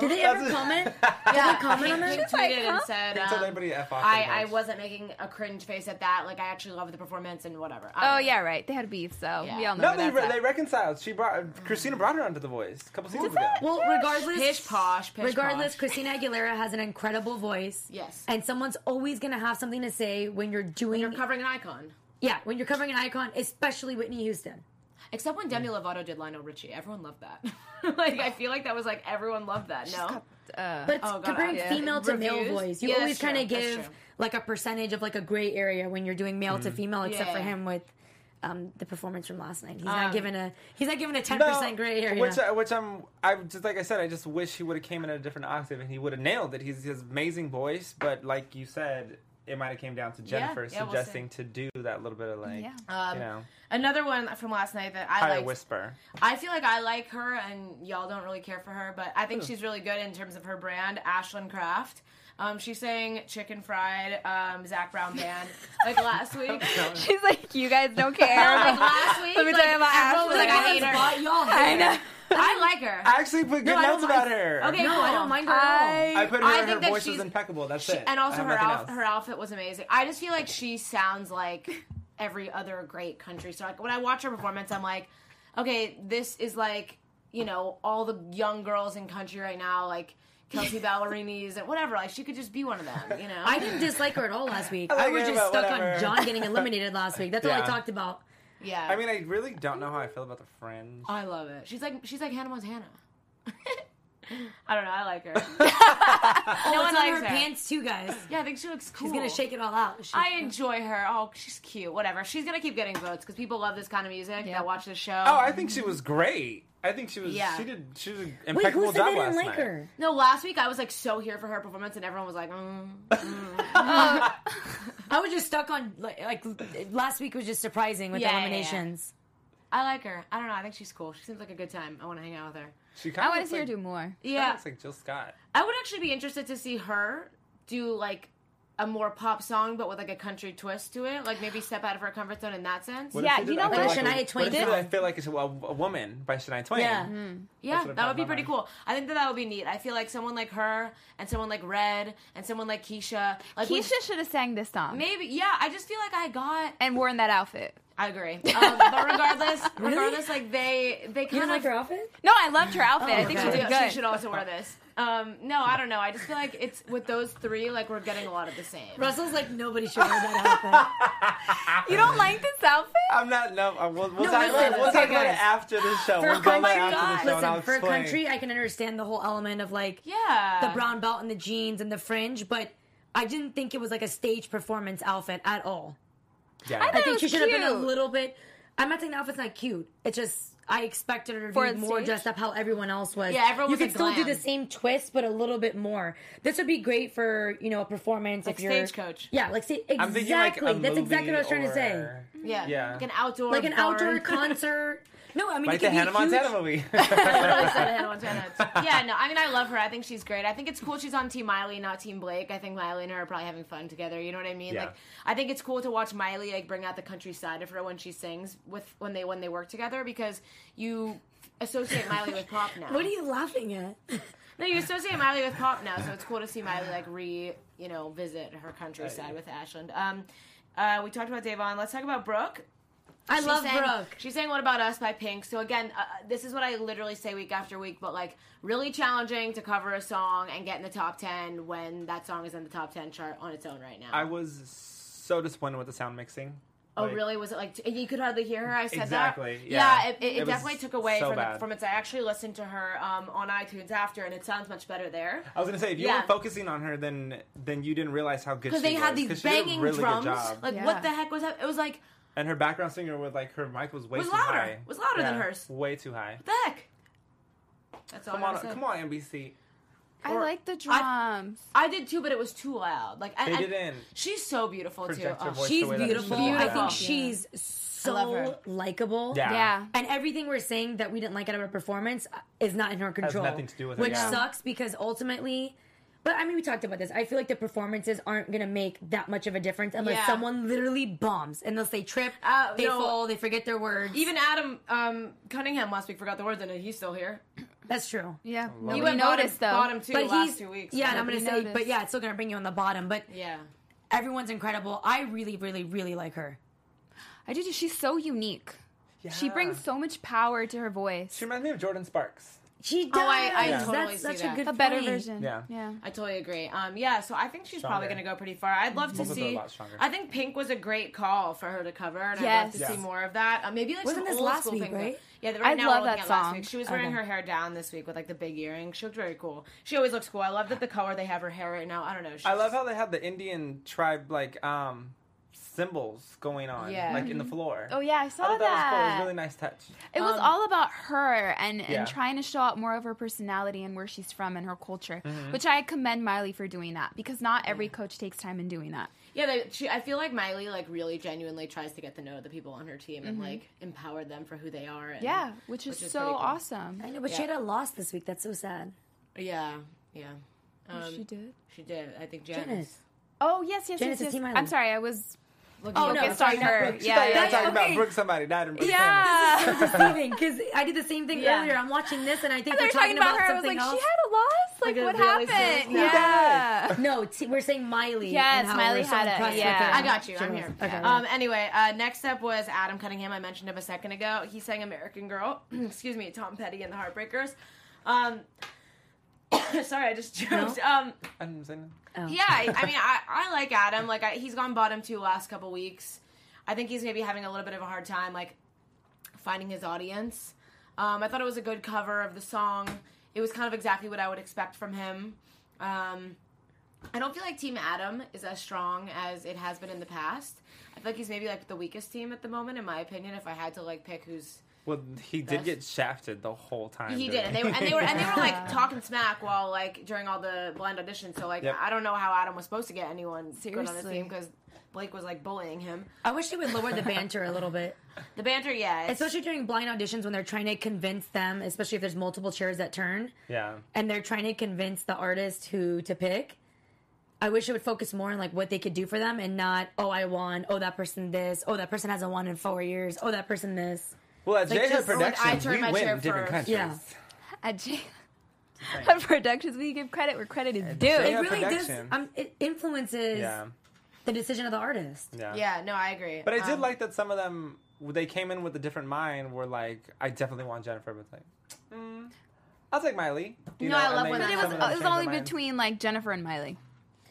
Speaker 4: did they
Speaker 6: That's
Speaker 4: ever
Speaker 6: it.
Speaker 4: comment?
Speaker 2: Yeah,
Speaker 4: Did they comment
Speaker 2: Pink-
Speaker 4: on
Speaker 2: Pink
Speaker 4: that?
Speaker 2: tweeted
Speaker 5: Like,
Speaker 2: and
Speaker 5: huh?
Speaker 2: said,
Speaker 6: Pink told
Speaker 2: um,
Speaker 6: everybody to F off
Speaker 2: I,
Speaker 6: pretty
Speaker 2: I
Speaker 6: much.
Speaker 2: wasn't making a cringe face at that. Like, I actually loved the performance and whatever. I don't
Speaker 5: Oh
Speaker 2: know.
Speaker 5: yeah, right. They had beef, so we all know.
Speaker 6: no, they,
Speaker 5: where
Speaker 6: re-
Speaker 5: that's
Speaker 6: they
Speaker 5: at.
Speaker 6: reconciled. She brought Christina brought her onto the voice a couple seasons ago.
Speaker 4: Well, regardless,
Speaker 2: Pish posh, pish
Speaker 4: regardless,
Speaker 2: posh.
Speaker 4: Christina Aguilera has an incredible voice.
Speaker 2: Yes.
Speaker 4: and someone's always gonna have something to say when you're doing.
Speaker 2: You're covering an icon.
Speaker 4: yeah, when you're covering an icon, especially Whitney Houston.
Speaker 2: Except when Demi Lovato did Lionel Richie. Everyone loved that. like, I feel like that was like, everyone loved that. No?
Speaker 6: uh,
Speaker 4: But
Speaker 2: Oh,
Speaker 4: to
Speaker 2: God,
Speaker 4: bring
Speaker 2: yeah.
Speaker 4: female to male
Speaker 2: Reviews?
Speaker 4: voice, you
Speaker 2: Yeah,
Speaker 4: always
Speaker 2: that's true,
Speaker 4: kind of
Speaker 2: that's
Speaker 4: give
Speaker 2: true.
Speaker 4: like a percentage of like a gray area when you're doing male
Speaker 6: Mm.
Speaker 4: to female, except for
Speaker 2: Yeah.
Speaker 4: him with um, the performance from last night. He's not given a he's not given a ten
Speaker 6: No,
Speaker 4: percent gray area.
Speaker 6: Which, I- which I'm, I just like I said, I just wish he would have came in at a different octave and he would have nailed it. He's he has amazing voice, but like you said, it might have came down to Jennifer
Speaker 2: yeah, we'll see.
Speaker 6: suggesting to do that little bit of like,
Speaker 5: Yeah.
Speaker 6: you know,
Speaker 2: Another one from last night that Um, I
Speaker 6: higher
Speaker 2: liked.
Speaker 6: whisper.
Speaker 2: I feel like I like her, and y'all don't really care for her, but I think she's really good in terms of her brand, Ashlyn Craft. Um, she sang Chicken Fried, um, Zach Brown Band, like last week.
Speaker 5: She's like, you guys don't care.
Speaker 2: like last week,
Speaker 5: Let me
Speaker 2: like,
Speaker 5: tell you about
Speaker 2: everyone
Speaker 5: Ashley.
Speaker 2: was like,
Speaker 5: Like,
Speaker 2: I
Speaker 5: I
Speaker 2: hate her.
Speaker 4: But y'all hate her.
Speaker 2: I like her.
Speaker 6: I actually put good
Speaker 2: I don't
Speaker 6: notes
Speaker 2: mind-
Speaker 6: about her.
Speaker 2: Okay,
Speaker 4: No,
Speaker 2: cool.
Speaker 4: I don't mind her at all.
Speaker 6: I put her.
Speaker 2: I
Speaker 6: her
Speaker 2: think that
Speaker 6: voice was
Speaker 2: she's-
Speaker 6: impeccable. That's
Speaker 2: She-
Speaker 6: it.
Speaker 2: and also
Speaker 6: I have
Speaker 2: her
Speaker 6: nothing
Speaker 2: outfit,
Speaker 6: else.
Speaker 2: her outfit was amazing. I just feel like she sounds like every other great country star. Like, when I watch her performance, I'm like, okay, this is like you know all the young girls in country right now, like Kelsey Ballerinis and whatever. Like she could just be one of them, you know.
Speaker 4: I didn't dislike her at all last week. I,
Speaker 6: like
Speaker 4: was
Speaker 6: her,
Speaker 4: just
Speaker 6: but
Speaker 4: stuck on
Speaker 6: whatever.
Speaker 4: John getting eliminated last week. That's all
Speaker 6: Yeah.
Speaker 4: I talked about.
Speaker 2: yeah,
Speaker 6: I mean, I really don't know how I feel about the fringe.
Speaker 2: I love it. She's like she's like Hannah Montana. I don't know. I like her.
Speaker 4: no
Speaker 2: one
Speaker 4: one
Speaker 2: likes
Speaker 4: likes
Speaker 2: her.
Speaker 4: her pants too, guys.
Speaker 2: yeah, I think she looks cool.
Speaker 4: She's gonna shake it all out. She-
Speaker 2: I enjoy her. Oh, she's cute. Whatever. She's gonna keep getting votes because people love this kind of music.
Speaker 5: Yeah.
Speaker 2: That watch this show.
Speaker 6: Oh, I think she was great. I think she was.
Speaker 2: Yeah.
Speaker 6: She did. She did an
Speaker 4: Wait,
Speaker 6: impeccable
Speaker 4: who said
Speaker 6: job
Speaker 4: they didn't
Speaker 6: last
Speaker 4: like
Speaker 6: night.
Speaker 4: her?
Speaker 2: no, last week I was like so here for her performance, and everyone was like, mm.
Speaker 4: I was just stuck on like, like last week was just surprising with
Speaker 2: Yeah,
Speaker 4: the
Speaker 2: yeah, yeah.
Speaker 4: eliminations.
Speaker 2: I like her. I don't know. I think she's cool. She seems like a good time. I want to hang out with her.
Speaker 6: She
Speaker 5: I
Speaker 6: kind of
Speaker 5: want to
Speaker 6: looks
Speaker 5: see her
Speaker 6: like,
Speaker 5: do more.
Speaker 2: Yeah,
Speaker 6: It's like Jill Scott.
Speaker 2: I would actually be interested to see her do like a more pop song, but with like a country twist to it. Like maybe step out of her comfort zone in that sense.
Speaker 6: What
Speaker 5: Yeah,
Speaker 6: if she
Speaker 5: you
Speaker 6: did
Speaker 5: know
Speaker 6: I Feel
Speaker 5: what?
Speaker 6: Like a-
Speaker 4: Shania
Speaker 6: what if
Speaker 4: Twain
Speaker 6: she did
Speaker 4: did.
Speaker 6: I feel like it's a, a woman by Shania Twain.
Speaker 4: Yeah.
Speaker 2: Yeah,
Speaker 6: That's what I
Speaker 2: that
Speaker 6: thought
Speaker 2: would be
Speaker 6: in my
Speaker 2: pretty
Speaker 6: mind.
Speaker 2: cool. I think that that would be neat. I feel like someone like her and someone like Red and someone like Keisha. Like we-
Speaker 5: Keisha should have sang this song
Speaker 2: maybe. Yeah, I just feel like I got.
Speaker 5: and worn that outfit.
Speaker 2: I agree. Um, but regardless, regardless, like they they
Speaker 4: You
Speaker 2: kind
Speaker 4: didn't
Speaker 2: of
Speaker 4: like her outfit?
Speaker 5: No, I loved her outfit. I think she
Speaker 2: Oh, Yeah,
Speaker 5: did
Speaker 2: She should
Speaker 5: good.
Speaker 2: also wear this. Um, no, I don't know. I just feel like it's with those three, like we're getting a lot of the same.
Speaker 4: Russell's like nobody should wear that outfit.
Speaker 5: You don't like this outfit?
Speaker 6: I'm not. No, I- we'll, we'll
Speaker 4: No,
Speaker 6: talk, about,
Speaker 4: listen,
Speaker 6: we'll talk
Speaker 4: okay,
Speaker 6: about
Speaker 4: guys.
Speaker 6: it after the show.
Speaker 4: For
Speaker 6: we'll
Speaker 4: a
Speaker 6: go
Speaker 4: country,
Speaker 6: back after the show and I'll
Speaker 4: listen, for a
Speaker 6: explain.
Speaker 4: country, I can understand the whole element of like
Speaker 2: Yeah.
Speaker 4: the brown belt and the jeans and the fringe, but I didn't think it was like a stage performance outfit at all.
Speaker 6: Yeah.
Speaker 5: I
Speaker 4: I think
Speaker 5: it
Speaker 4: she
Speaker 5: was
Speaker 4: should have been a
Speaker 5: cute.
Speaker 4: little bit. I'm not saying the outfit's not cute. It's just I expected her to
Speaker 5: For
Speaker 4: be
Speaker 5: the
Speaker 4: more
Speaker 5: stage?
Speaker 4: dressed up how everyone else was.
Speaker 2: Yeah, everyone
Speaker 4: You
Speaker 2: was,
Speaker 4: could
Speaker 2: like,
Speaker 4: still do
Speaker 2: glam.
Speaker 4: the same twist, but a little bit more. This would be great for you know a performance
Speaker 2: Like
Speaker 4: if you're
Speaker 2: Stagecoach.
Speaker 4: Yeah, like sta- exactly.
Speaker 6: I'm thinking like a
Speaker 4: That's exactly
Speaker 6: movie
Speaker 4: what I was trying to say.
Speaker 6: or-
Speaker 2: yeah.
Speaker 6: Yeah.
Speaker 2: Like an outdoor,
Speaker 4: Like an
Speaker 2: barn.
Speaker 4: outdoor concert. No, I mean
Speaker 6: Like
Speaker 4: it could
Speaker 6: the
Speaker 4: be
Speaker 6: Hannah
Speaker 4: huge.
Speaker 6: Montana movie.
Speaker 2: Literally said it on 10 minutes. yeah, no, I mean, I love her. I think she's great. I think it's cool she's on Team Miley, not Team Blake. I think Miley and her are probably having fun together. You know what I mean?
Speaker 6: Yeah.
Speaker 2: Like, I think it's cool to watch Miley like bring out the countryside of her when she sings with when they when they work together because you associate Miley with pop now.
Speaker 4: What are you laughing at?
Speaker 2: No, you associate Miley with pop now, so it's cool to see Miley like re, you know, visit her countryside with Ashland. Um, uh, we talked about Davon. Let's talk about Brooke.
Speaker 4: I love
Speaker 2: sang,
Speaker 4: Brooke.
Speaker 2: She's saying "What About Us" by Pink. So again, uh, this is what I literally say week after week, but like really challenging to cover a song and get in the top ten when that song is in the top ten chart on its own right now.
Speaker 6: I was so disappointed with the sound mixing.
Speaker 2: oh,
Speaker 6: Like,
Speaker 2: really? Was it like t- you could hardly hear her? I said
Speaker 6: Exactly,
Speaker 2: that.
Speaker 6: yeah.
Speaker 2: it, it, it
Speaker 6: It was
Speaker 2: definitely took away
Speaker 6: so
Speaker 2: from
Speaker 6: bad.
Speaker 2: it, from its. I actually listened to her um, on iTunes after, and it sounds much better there.
Speaker 6: I was gonna say if you
Speaker 2: Yeah.
Speaker 6: weren't focusing on her, then then you didn't realize how good she
Speaker 2: because they had
Speaker 6: was,
Speaker 2: these
Speaker 6: 'cause she did a
Speaker 2: banging
Speaker 6: really good
Speaker 2: drums.
Speaker 6: job.
Speaker 2: Like,
Speaker 5: Yeah.
Speaker 2: what the heck was that? It was like,
Speaker 6: and her background singer with like her mic was way
Speaker 2: Was
Speaker 6: too
Speaker 2: louder.
Speaker 6: high.
Speaker 2: Was louder than
Speaker 6: Yeah,
Speaker 2: hers.
Speaker 6: Way too high.
Speaker 2: the heck. That's all.
Speaker 6: Come
Speaker 2: I
Speaker 6: on,
Speaker 2: gotta say.
Speaker 6: come on, NBC.
Speaker 5: I
Speaker 6: Or-
Speaker 5: like the drums.
Speaker 2: I did too, but it was too loud. Like, and,
Speaker 6: They
Speaker 2: and
Speaker 6: didn't
Speaker 2: she's so beautiful too.
Speaker 6: project her
Speaker 2: Oh,
Speaker 6: voice
Speaker 4: She's
Speaker 6: the way that she
Speaker 4: beautiful.
Speaker 6: did.
Speaker 4: I
Speaker 2: Beautiful.
Speaker 4: think she's
Speaker 2: love
Speaker 4: so
Speaker 2: her.
Speaker 4: likable.
Speaker 6: Yeah.
Speaker 5: yeah.
Speaker 4: And everything we're saying that we didn't like out of her performance uh, is not in her control.
Speaker 6: nothing to do with it,
Speaker 4: Which
Speaker 6: yeah.
Speaker 4: sucks because ultimately, but I mean, we talked about this. I feel like the performances aren't going to make that much of a difference unless
Speaker 2: Yeah.
Speaker 4: someone literally bombs, unless they trip,
Speaker 2: Uh,
Speaker 4: they
Speaker 2: no. E-
Speaker 4: fall, they forget their words.
Speaker 2: Even Adam um, Cunningham last week forgot the words, and he's still here.
Speaker 4: That's true.
Speaker 5: Yeah.
Speaker 2: You
Speaker 5: Nobody
Speaker 2: went bottom,
Speaker 5: noticed though.
Speaker 2: bottom two
Speaker 4: But
Speaker 2: last
Speaker 4: he's
Speaker 2: two weeks.
Speaker 4: yeah, and I'm gonna
Speaker 5: Nobody
Speaker 4: say,
Speaker 5: noticed.
Speaker 4: but yeah, it's still gonna bring you on the bottom. But
Speaker 2: yeah.
Speaker 4: everyone's incredible. I really, really, really like her.
Speaker 5: I do. too. She's so unique. She
Speaker 6: Yeah.
Speaker 5: brings so much power to her voice.
Speaker 6: She reminds me of Jordan Sparks.
Speaker 4: She does.
Speaker 2: Oh, I- I totally
Speaker 4: That's
Speaker 2: see
Speaker 4: such
Speaker 2: that.
Speaker 4: a good,
Speaker 5: A better
Speaker 4: point.
Speaker 5: version.
Speaker 6: Yeah.
Speaker 5: Yeah.
Speaker 2: I totally agree. Um, yeah, so I think she's probably going
Speaker 6: Stronger.
Speaker 2: to go pretty far. I'd love to
Speaker 6: Both of them are a
Speaker 2: see.
Speaker 6: lot stronger.
Speaker 2: I think Pink was a great call for her to cover, and I'd love to
Speaker 5: Yes.
Speaker 2: see
Speaker 6: Yeah.
Speaker 2: more of that. Uh, maybe like
Speaker 4: Wasn't
Speaker 2: some
Speaker 4: this
Speaker 2: old
Speaker 4: last
Speaker 2: school
Speaker 4: week,
Speaker 2: things.
Speaker 4: right?
Speaker 2: Yeah, right
Speaker 5: I
Speaker 2: now
Speaker 5: love
Speaker 2: we're looking
Speaker 5: that
Speaker 2: at last
Speaker 5: song.
Speaker 2: week. She was wearing
Speaker 4: Okay.
Speaker 2: her hair down this week with like the big earrings. She looked very cool. She always looks cool. I love that the color they have her hair right now. I don't know. She's,
Speaker 6: I love how they had the Indian tribe like um symbols going on,
Speaker 2: Yeah.
Speaker 6: like in the floor.
Speaker 5: Oh yeah, I
Speaker 6: I
Speaker 5: saw
Speaker 6: thought that was cool. It was a
Speaker 5: that.
Speaker 6: really nice touch.
Speaker 5: It was all about her and, and
Speaker 6: Yeah.
Speaker 5: trying to show out more of her personality and where she's from and her culture, which I commend Miley for doing that because not every coach takes time in doing that.
Speaker 2: Yeah, they, she, I feel like Miley like really genuinely tries to get to know the people on her team and like empower them for who they are. And,
Speaker 5: Mm-hmm. Yeah, which is, so
Speaker 2: pretty cool.
Speaker 5: awesome.
Speaker 4: I know, but she had a loss this week. That's so sad.
Speaker 2: Yeah, yeah. Um,
Speaker 5: she did.
Speaker 2: She did. I think Janice.
Speaker 4: Janice.
Speaker 5: Oh yes, yes,
Speaker 4: Janice
Speaker 5: yes.
Speaker 4: is
Speaker 5: yes.
Speaker 4: Team
Speaker 5: I'm
Speaker 4: Miley.
Speaker 5: sorry, I was
Speaker 4: Oh, no,
Speaker 5: focused
Speaker 4: sorry,
Speaker 5: on
Speaker 4: not
Speaker 5: her.
Speaker 4: Brooke. She
Speaker 5: Yeah,
Speaker 6: But
Speaker 5: yeah,
Speaker 6: yeah,
Speaker 5: yeah.
Speaker 6: I'm talking
Speaker 4: okay.
Speaker 6: about Brooke somebody died in Brooke's family.
Speaker 5: yeah.
Speaker 4: deceiving because I did the same thing
Speaker 2: Yeah.
Speaker 4: earlier. I'm watching this and I think
Speaker 5: They're
Speaker 4: they're
Speaker 5: talking about her. I was
Speaker 4: something
Speaker 5: like,
Speaker 4: else.
Speaker 5: she had a loss. Like,
Speaker 2: Like a
Speaker 5: what
Speaker 2: really
Speaker 5: happened?
Speaker 2: serious
Speaker 5: Yeah.
Speaker 4: no, t- we're saying Miley.
Speaker 5: Yes,
Speaker 4: and how
Speaker 5: Miley
Speaker 4: we're so
Speaker 5: had it,
Speaker 4: impressed with
Speaker 5: yeah.
Speaker 4: her.
Speaker 2: I got you.
Speaker 4: She
Speaker 2: I'm
Speaker 4: was.
Speaker 2: here.
Speaker 4: Okay.
Speaker 2: Um, anyway, uh, next up was Adam Cunningham. I mentioned him a second ago. He sang American Girl. Excuse me, Tom Petty and the Heartbreakers. Um, sorry, I just choked. Um,
Speaker 6: I didn't say nothing.
Speaker 2: yeah, I, I mean, I, I like Adam. Like, I, he's gone bottom two last couple weeks. I think he's maybe having a little bit of a hard time, like, finding his audience. Um, I thought it was a good cover of the song. It It was kind of exactly what I would expect from him. Um, I don't feel like Team Adam is as strong as it has been in the past. I feel like he's maybe like the weakest team at the moment, in my opinion. If I had to like pick who's
Speaker 6: Well, he did
Speaker 2: Best.
Speaker 6: get shafted the whole time.
Speaker 2: he
Speaker 6: during
Speaker 2: did, and they
Speaker 6: it.
Speaker 2: were and they were and they were like talking smack while like during all the blind auditions. So like
Speaker 6: Yep.
Speaker 2: I don't know how Adam was supposed to get anyone good on his
Speaker 5: Seriously.
Speaker 2: team because Blake was like bullying him.
Speaker 4: I wish they would lower the banter a little bit,
Speaker 2: The banter, yeah, it's-
Speaker 4: especially during blind auditions when they're trying to convince them, especially if there's multiple chairs that turn.
Speaker 6: yeah.
Speaker 4: and they're trying to convince the artist who to pick. I wish it would focus more on like what they could do for them and not oh I won oh that person this oh that person hasn't won in four years oh that person this
Speaker 6: Well, at
Speaker 4: Like,
Speaker 6: J-Hub
Speaker 4: just- like,
Speaker 6: Productions,
Speaker 2: I turned
Speaker 6: we
Speaker 2: my
Speaker 6: win
Speaker 2: chair
Speaker 6: in different
Speaker 2: first.
Speaker 6: countries.
Speaker 4: yeah
Speaker 5: At J- at productions, we give credit where credit is due.
Speaker 4: it
Speaker 6: Yeah,
Speaker 4: really does
Speaker 6: production.
Speaker 4: um, it influences
Speaker 6: Yeah.
Speaker 4: the decision of the artist
Speaker 6: Yeah.
Speaker 2: yeah, no, I agree.
Speaker 6: But I did
Speaker 2: Um,
Speaker 6: like that some of them they came in with a different mind. Were like, I definitely want Jennifer, but it's like, mm, I'll take Miley. You
Speaker 2: No, I love
Speaker 6: and
Speaker 2: when
Speaker 6: they-
Speaker 5: But it
Speaker 2: some
Speaker 5: was,
Speaker 6: some of them
Speaker 5: it was
Speaker 6: changed their
Speaker 5: only
Speaker 6: mind.
Speaker 5: between like Jennifer and Miley,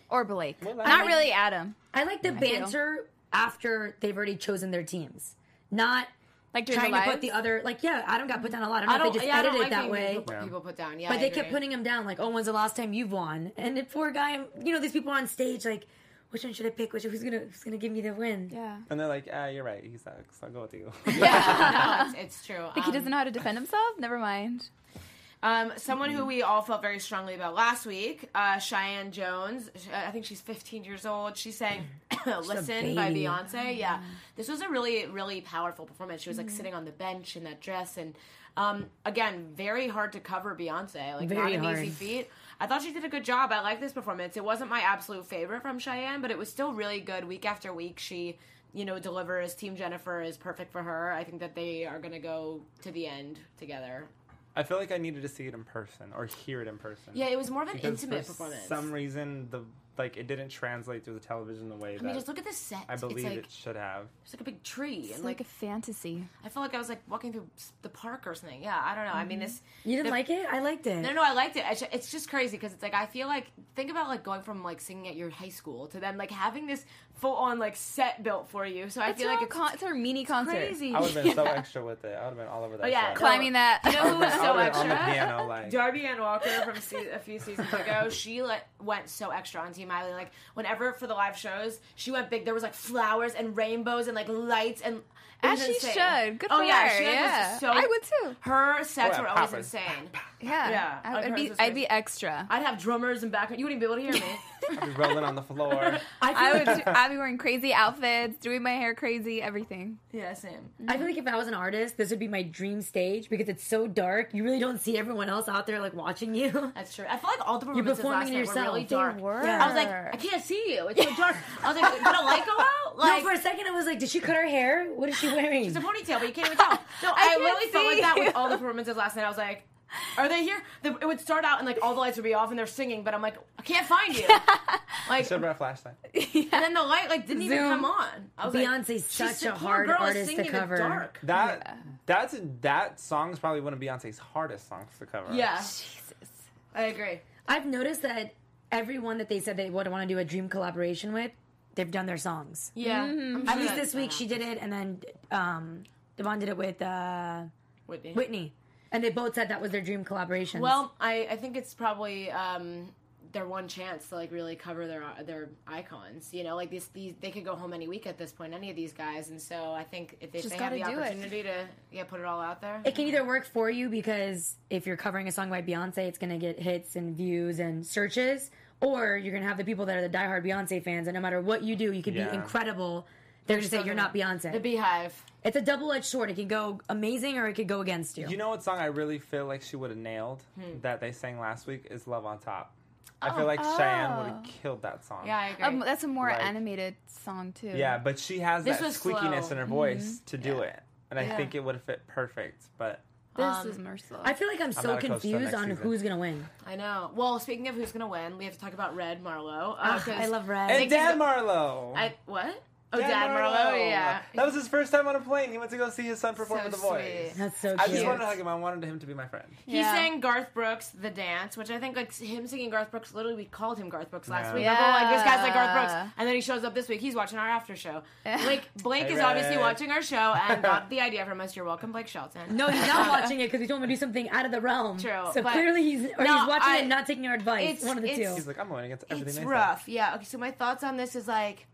Speaker 5: or Blake.
Speaker 6: Well, I
Speaker 5: Not
Speaker 6: mean-
Speaker 5: really Adam.
Speaker 4: I like the
Speaker 5: do.
Speaker 4: banter after they've already chosen their teams not
Speaker 5: Like during
Speaker 4: trying
Speaker 5: the
Speaker 4: to
Speaker 5: lives.
Speaker 4: put the other like yeah I don't got put down a lot I don't,
Speaker 2: I
Speaker 4: know
Speaker 2: don't,
Speaker 4: if they just
Speaker 2: yeah, I don't
Speaker 4: edited
Speaker 2: like
Speaker 4: it that
Speaker 2: being
Speaker 4: way
Speaker 2: people- people put down. Yeah,
Speaker 4: But
Speaker 2: I
Speaker 4: they kept
Speaker 2: agree.
Speaker 4: putting him down, like, oh, when's the last time you've won? And the poor guy, you know, these people on stage, like, which one should I pick? Which who's gonna who's gonna give me the win?
Speaker 5: yeah.
Speaker 6: And they're like, ah, you're right. He sucks. I'll go with you.
Speaker 2: Yeah, no, it's, it's true.
Speaker 5: Like he
Speaker 2: Um,
Speaker 5: doesn't know how to defend himself. Never mind.
Speaker 2: Um, someone
Speaker 4: Mm-hmm.
Speaker 2: who we all felt very strongly about last week, uh, Cheyenne Jones. Sh- I think she's 15 years old. She sang "Listen" by
Speaker 4: baby.
Speaker 2: Beyonce. Yeah, this was a really, really powerful performance. She was
Speaker 4: Mm-hmm.
Speaker 2: like sitting on the bench in that dress, and um, again, very hard to cover Beyonce. Like not
Speaker 4: Very
Speaker 2: an
Speaker 4: hard.
Speaker 2: easy feat. I thought she did a good job. I like this performance. It wasn't my absolute favorite from Cheyenne, but it was still really good. Week after week, she. You know, delivers. Team Jennifer is perfect for her. I think that they are going to go to the end together.
Speaker 6: I feel like I needed to see it in person or hear it in person.
Speaker 2: Yeah, it was more of an
Speaker 6: Because
Speaker 2: intimate
Speaker 6: for
Speaker 2: performance.
Speaker 6: Some reason the like it didn't translate through the television the
Speaker 2: I
Speaker 6: way
Speaker 2: mean,
Speaker 6: that
Speaker 2: just look at this set.
Speaker 6: I believe
Speaker 2: it's like,
Speaker 6: it should have.
Speaker 2: It's like a big tree,
Speaker 5: It's
Speaker 2: and
Speaker 5: like,
Speaker 2: like,
Speaker 5: a fantasy.
Speaker 2: I felt like I was like walking through s- the park or something. Yeah, I don't know. I mean,
Speaker 5: Mm-hmm.
Speaker 2: this.
Speaker 4: You didn't
Speaker 2: the-
Speaker 4: like it? I liked it.
Speaker 2: No, no, I liked it. I ju- It's just crazy because it's like I feel like think about like going from like singing at your high school to then like having this full on like set built for you. So I
Speaker 5: It's,
Speaker 2: feel like
Speaker 5: her
Speaker 2: it's
Speaker 5: con- it's her mini concert.
Speaker 2: crazy.
Speaker 6: I would have been so extra with it. I would have been all over that.
Speaker 2: Oh, yeah.
Speaker 6: shit.
Speaker 2: Cla-
Speaker 5: Climbing that.
Speaker 2: You know who was
Speaker 6: I
Speaker 2: so
Speaker 6: would've been on the
Speaker 2: extra?
Speaker 6: piano, like-
Speaker 2: Darby Ann Walker from se- a few seasons ago. She like went so extra on Team Miley. Like whenever for the live shows, she went big. There was like flowers and rainbows and like lights and. it
Speaker 5: As
Speaker 2: was
Speaker 5: she
Speaker 2: insane.
Speaker 5: should. Good
Speaker 2: oh
Speaker 5: for
Speaker 2: yeah,
Speaker 5: her.
Speaker 2: she like,
Speaker 5: Yeah.
Speaker 2: was so.
Speaker 5: I would too.
Speaker 2: Her sets
Speaker 6: Oh, yeah,
Speaker 2: were always
Speaker 6: poppers.
Speaker 2: insane.
Speaker 5: Yeah.
Speaker 2: Yeah,
Speaker 5: I,
Speaker 2: I've
Speaker 5: would
Speaker 2: heard
Speaker 5: be.
Speaker 2: this
Speaker 5: I'd
Speaker 2: way.
Speaker 5: be extra.
Speaker 2: I'd have drummers and background. You wouldn't be able to hear me.
Speaker 6: I'd be rolling on the floor.
Speaker 5: I would. I'd be wearing crazy outfits, doing my hair crazy, everything.
Speaker 2: yeah, same.
Speaker 4: I feel like if I was an artist, this would be my dream stage because it's so dark. You really don't see everyone else out there like watching you.
Speaker 2: That's true. I feel like all the performances last night
Speaker 4: performing
Speaker 2: were
Speaker 4: yourself.
Speaker 2: really
Speaker 4: They
Speaker 2: dark.
Speaker 5: were.
Speaker 2: I was like, I can't see you. It's so dark. I was like, did a light go out?
Speaker 4: No,
Speaker 2: Like,
Speaker 4: for a second I was like, did she cut her hair? What is she wearing?
Speaker 2: It's a ponytail, but you can't even tell. No, I,
Speaker 5: can't
Speaker 2: really felt like
Speaker 5: see
Speaker 2: that
Speaker 5: you.
Speaker 2: with all the performances last night. I was like, are they here? The, it would start out and like all the lights would be off and they're singing, but I'm like, I can't find you.
Speaker 6: I
Speaker 2: Like,
Speaker 6: should have brought a flashlight.
Speaker 2: and then the light like didn't even
Speaker 5: Zoom.
Speaker 2: come on. I was
Speaker 4: Beyonce's
Speaker 2: like,
Speaker 4: such
Speaker 2: she's-
Speaker 4: a
Speaker 2: poor
Speaker 4: hard
Speaker 2: girl is
Speaker 4: artist to
Speaker 2: singing in the
Speaker 4: cover.
Speaker 2: dark.
Speaker 6: That that's that song's probably one of Beyonce's hardest songs to cover.
Speaker 2: Yeah, I agree.
Speaker 4: I've noticed that everyone that they said they would want to do a dream collaboration with, they've done their songs.
Speaker 2: Yeah, I'm
Speaker 4: Mm-hmm. At
Speaker 2: sure
Speaker 4: least
Speaker 2: that-
Speaker 4: this week she did it, and then um, Devon did it with uh,
Speaker 2: Whitney.
Speaker 4: Whitney, and they both said that was their dream collaboration.
Speaker 2: Well, I, I think it's probably um, their one chance to like really cover their their icons. You know, like these these they could go home any week at this point, any of these guys. And so I think if they,
Speaker 5: Just
Speaker 2: they have the
Speaker 5: gotta do it.
Speaker 2: opportunity to yeah put it all out there,
Speaker 4: it can either work for you because if you're covering a song by Beyonce, it's gonna get hits and views and searches, or you're gonna have the people that are the diehard Beyonce fans, and no matter what you do, you could
Speaker 6: Yeah.
Speaker 4: be incredible. They're gonna say you're not
Speaker 2: the
Speaker 4: Beyonce.
Speaker 2: Beehive.
Speaker 4: it's a double edged sword. It could go amazing or it could go against you.
Speaker 6: You know what song I really feel like she would have nailed
Speaker 2: Hmm.
Speaker 6: that they sang last week is Love on Top. I feel like Cheyenne would have killed that song.
Speaker 2: Oh. Yeah, I agree.
Speaker 5: Um, that's a more
Speaker 6: Like-
Speaker 5: animated song too.
Speaker 6: Yeah, but she has
Speaker 2: This
Speaker 6: that
Speaker 2: was
Speaker 6: squeakiness
Speaker 2: slow. Mm-hmm.
Speaker 6: in her voice to do it. And I
Speaker 2: Yeah.
Speaker 6: think it would have fit perfect. But
Speaker 5: This
Speaker 2: Um,
Speaker 5: is merciless.
Speaker 4: I feel like I'm so
Speaker 6: not opposed to
Speaker 4: confused
Speaker 6: next
Speaker 4: on
Speaker 6: season.
Speaker 4: who's gonna win.
Speaker 2: I know. Well, speaking of who's gonna win, we have to talk about Red Marlowe. Uh,
Speaker 4: Ah,
Speaker 2: 'cause
Speaker 4: I love Red.
Speaker 6: And
Speaker 2: think he's
Speaker 6: Dan
Speaker 2: go-
Speaker 6: Marlowe.
Speaker 2: I what? Oh, Dad Merlo, yeah.
Speaker 6: That was his first time on a plane. He went to go see his son perform
Speaker 5: So
Speaker 6: at The Voice.
Speaker 5: sweet.
Speaker 4: That's so
Speaker 6: I
Speaker 4: cute.
Speaker 6: just wanted to hug him. I wanted him to be my friend.
Speaker 2: He
Speaker 5: Yeah.
Speaker 2: sang Garth Brooks "The Dance," which I think like him singing Garth Brooks. Literally, we called him Garth Brooks last
Speaker 6: Yeah.
Speaker 2: week. Remember, like this guy's like Garth
Speaker 5: Yeah.
Speaker 2: Brooks, and then he shows up this week. He's watching our after show. Blake Blake is
Speaker 6: Right.
Speaker 2: obviously watching our show and got the idea from us. You're welcome, Blake Shelton.
Speaker 4: No, he's not watching it because he told him to do something out of the realm.
Speaker 2: True,
Speaker 4: So
Speaker 2: but-
Speaker 4: clearly he's or
Speaker 2: No,
Speaker 4: he's watching
Speaker 2: I-
Speaker 4: it and not taking our advice.
Speaker 2: it's-
Speaker 4: One of the
Speaker 2: it's-
Speaker 4: two.
Speaker 6: He's like, I'm going against everything
Speaker 2: it's
Speaker 6: they said.
Speaker 2: rough. Yeah. Okay. So my thoughts on this is like,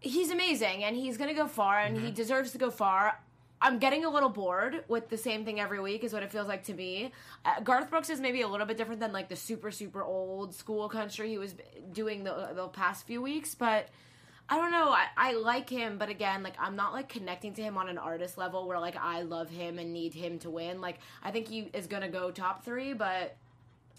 Speaker 2: he's amazing and he's gonna go far and
Speaker 6: Mm-hmm.
Speaker 2: he deserves to go far. I'm getting a little bored with the same thing every week, is what it feels like to me. Uh, Garth Brooks is maybe a little bit different than like the super super old school country he was doing the the past few weeks, but. I don't know. I, I like him, but again, like I'm not like connecting to him on an artist level where like I love him and need him to win. Like I think he is gonna go top three, but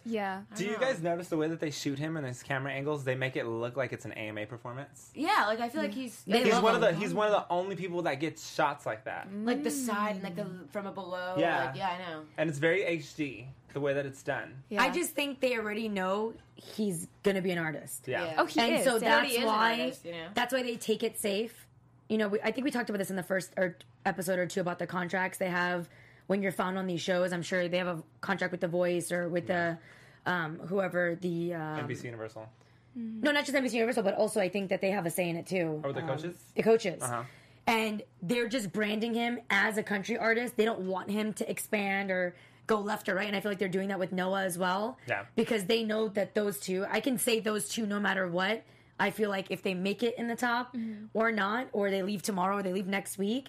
Speaker 5: Yeah.
Speaker 6: Do you guys notice the way that they shoot him and his camera angles? They make it look like it's an AMA performance.
Speaker 2: yeah, like I feel like Mm. he's
Speaker 4: They
Speaker 6: Mm. He's
Speaker 4: love
Speaker 6: one of
Speaker 4: him.
Speaker 6: the he's one of the only people that gets shots like that,
Speaker 2: like the side and like the from a below.
Speaker 6: Yeah.
Speaker 2: like, Mm. yeah, I know.
Speaker 6: and it's very HD the way that it's done.
Speaker 5: Yeah.
Speaker 4: I just think they already know he's gonna be an artist.
Speaker 6: Yeah.
Speaker 2: Yeah.
Speaker 5: Oh, he
Speaker 4: and
Speaker 5: is.
Speaker 4: so
Speaker 5: yeah.
Speaker 4: that's
Speaker 2: is an
Speaker 4: why
Speaker 2: artist, you know?
Speaker 4: that's why they take it safe. You know, we, I think we talked about this in the first or episode or two about the contracts they have when you're found on these shows. I'm sure they have a contract with The Voice or with the um, whoever the um,
Speaker 6: NBC Universal
Speaker 4: no, not just NBC Universal, but also I think that they have a say in it too.
Speaker 6: or Oh, the
Speaker 4: Um,
Speaker 6: coaches.
Speaker 4: the coaches.
Speaker 6: Uh-huh.
Speaker 4: And they're just branding him as a country artist. They don't want him to expand or go left or right. And I feel like they're doing that with Noah as well.
Speaker 6: Yeah.
Speaker 4: Because they know that those two, I can say those two no matter what. I feel like if they make it in the top or not, or they leave tomorrow or they leave next week,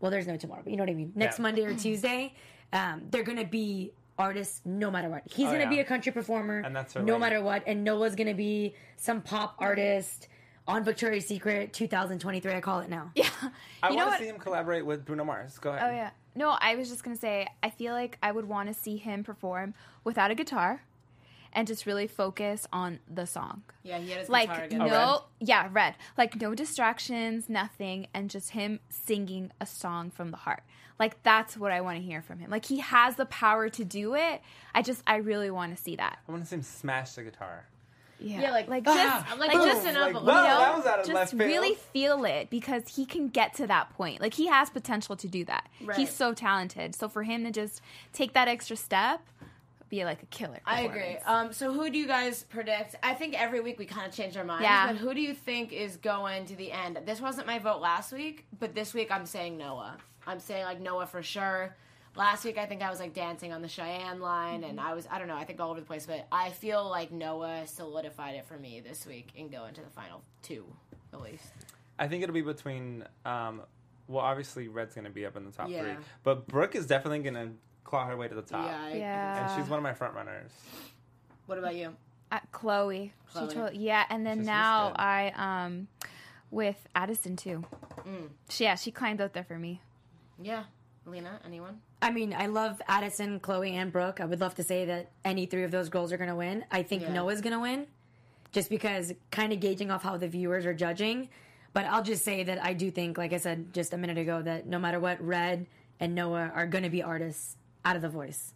Speaker 4: well, there's no tomorrow, but you know what I mean? Next
Speaker 6: Yeah.
Speaker 4: Monday or Tuesday, um, they're going to be artists no matter what. He's going to
Speaker 6: Oh, yeah.
Speaker 4: be a country performer
Speaker 6: And that's her
Speaker 4: no
Speaker 6: lane.
Speaker 4: matter what. And Noah's gonna be some pop artist on Victoria's Secret 2023. I call it now.
Speaker 5: Yeah.
Speaker 6: I
Speaker 5: you know
Speaker 6: want
Speaker 5: what?
Speaker 6: to see him collaborate with Bruno Mars. Go
Speaker 5: Oh
Speaker 6: ahead.
Speaker 5: yeah. No, I was just gonna say I feel like I would want to see him perform without a guitar, and just really focus on the song.
Speaker 2: Yeah, he had his
Speaker 5: Like
Speaker 2: guitar again.
Speaker 5: no,
Speaker 6: red?
Speaker 5: yeah, red. Like no distractions, nothing, and just him singing a song from the heart. Like that's what I want to hear from him. Like he has the power to do it. I just I really want to see that.
Speaker 6: I want to see him smash the guitar.
Speaker 5: Yeah,
Speaker 2: Yeah, like,
Speaker 5: like
Speaker 2: ah,
Speaker 5: just
Speaker 2: like,
Speaker 5: like just
Speaker 2: boom,
Speaker 5: an
Speaker 2: like,
Speaker 5: envelope,
Speaker 2: wow,
Speaker 5: you know?
Speaker 6: that was out of
Speaker 5: just
Speaker 6: left field.
Speaker 5: really feel it because he can get to that point. Like he has potential to do that.
Speaker 2: Right.
Speaker 5: He's so talented. So for him to just take that extra step, be like a killer.
Speaker 2: I agree.
Speaker 5: performance.
Speaker 2: Um, so who do you guys predict? I think every week we kind of change our minds.
Speaker 5: Yeah.
Speaker 2: But who do you think is going to the end? This wasn't my vote last week, but this week I'm saying Noah. I'm saying like Noah for sure. Last week I think I was like dancing on the Cheyenne line, and I was I don't know I think all over the place, but I feel like Noah solidified it for me this week and go into the final two at least.
Speaker 6: I think it'll be between. Um, well, obviously Red's going to be up in the top
Speaker 2: Yeah.
Speaker 6: three, but Brooke is definitely going to claw her way to the top.
Speaker 2: Yeah. I-
Speaker 5: Yeah.
Speaker 6: And she's one of my front runners.
Speaker 2: Uh, What about you?
Speaker 5: Uh, Chloe.
Speaker 2: Chloe.
Speaker 5: She told, yeah, and then
Speaker 6: She's
Speaker 5: now
Speaker 6: listed.
Speaker 5: I um with Addison too.
Speaker 2: Mm.
Speaker 5: She, yeah, she climbed up there for me.
Speaker 2: Yeah, Lena. Anyone?
Speaker 4: I mean, I love Addison, Chloe, and Brooke. I would love to say that any three of those girls are gonna win. I think
Speaker 2: Yeah.
Speaker 4: Noah's gonna win, just because kind of gauging off how the viewers are judging. But I'll just say that I do think, like I said just a minute ago, that no matter what, Red and Noah are gonna be artists out of the voice.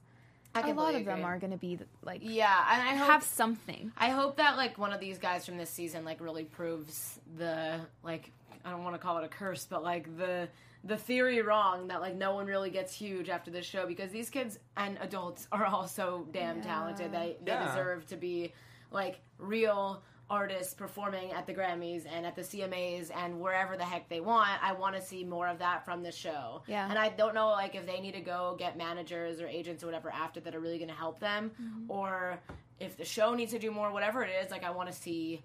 Speaker 2: I
Speaker 5: A lot
Speaker 2: completely
Speaker 5: of them
Speaker 2: agree.
Speaker 5: are going to be like
Speaker 2: Yeah, and I hope
Speaker 5: have something.
Speaker 2: I hope that like one of these guys from this season like really proves the like I don't want to call it a curse, but like the the theory wrong that like no one really gets huge after this show because these kids and adults are all so damn talented. They they
Speaker 6: Yeah.
Speaker 2: deserve to be like real artists performing at the Grammys and at the CMAs and wherever the heck they want. I want to see more of that from the show.
Speaker 5: Yeah.
Speaker 2: And I don't know like if they need to go get managers or agents or whatever after that are really going to help them
Speaker 5: Mm-hmm.
Speaker 2: or if the show needs to do more whatever it is like I want to see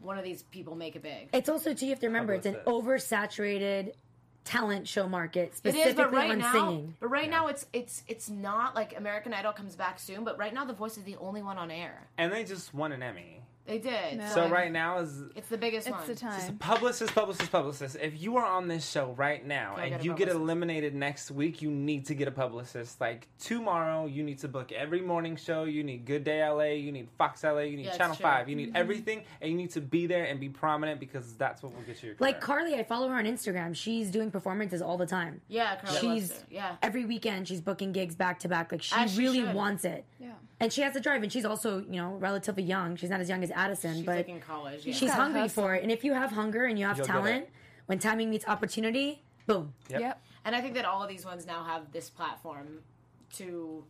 Speaker 2: one of these people make it big.
Speaker 4: It's also too you have to remember it's an oversaturated talent show market
Speaker 2: It
Speaker 4: specifically
Speaker 2: is, but right
Speaker 4: on
Speaker 2: now,
Speaker 4: singing.
Speaker 2: but right now it's it's it's not like American Idol comes back soon, but right now The Voice is the only one on air.
Speaker 6: And they just won an Emmy.
Speaker 2: They did.
Speaker 6: So
Speaker 2: like,
Speaker 6: right now is
Speaker 2: it's the biggest
Speaker 5: It's
Speaker 2: one.
Speaker 5: the time.
Speaker 6: publicist, publicist, publicist. If you are on this show right
Speaker 2: Go
Speaker 6: now
Speaker 2: get
Speaker 6: and
Speaker 2: a
Speaker 6: you get
Speaker 2: publicist.
Speaker 6: eliminated next week, you need to get a publicist. Like tomorrow, you need to book every morning show. You need Good Day LA. You need Fox LA. You need
Speaker 2: Yeah, it's
Speaker 6: Channel
Speaker 2: true. Mm-hmm.
Speaker 6: Five. You need everything, and you need to be there and be prominent because that's what will get you. Your
Speaker 4: Like
Speaker 6: career.
Speaker 4: Carly, I follow her on Instagram. She's doing performances all the time.
Speaker 2: Yeah, Carly
Speaker 4: she's
Speaker 2: Webster. Yeah.
Speaker 4: every weekend she's booking gigs back to back. Like she
Speaker 2: As she
Speaker 4: really
Speaker 2: should.
Speaker 4: wants it.
Speaker 5: Yeah.
Speaker 4: And she has the drive, and she's also you know relatively young. She's not as young as Addison,
Speaker 2: She's
Speaker 4: but
Speaker 2: like in college. Yeah.
Speaker 4: she's
Speaker 5: gotta
Speaker 4: hungry
Speaker 5: hustle.
Speaker 4: for it. And if you have hunger and you have
Speaker 6: You'll get
Speaker 4: talent,
Speaker 6: it.
Speaker 4: when timing meets opportunity, boom.
Speaker 5: Yep.
Speaker 2: and I think that all of these ones now have this platform to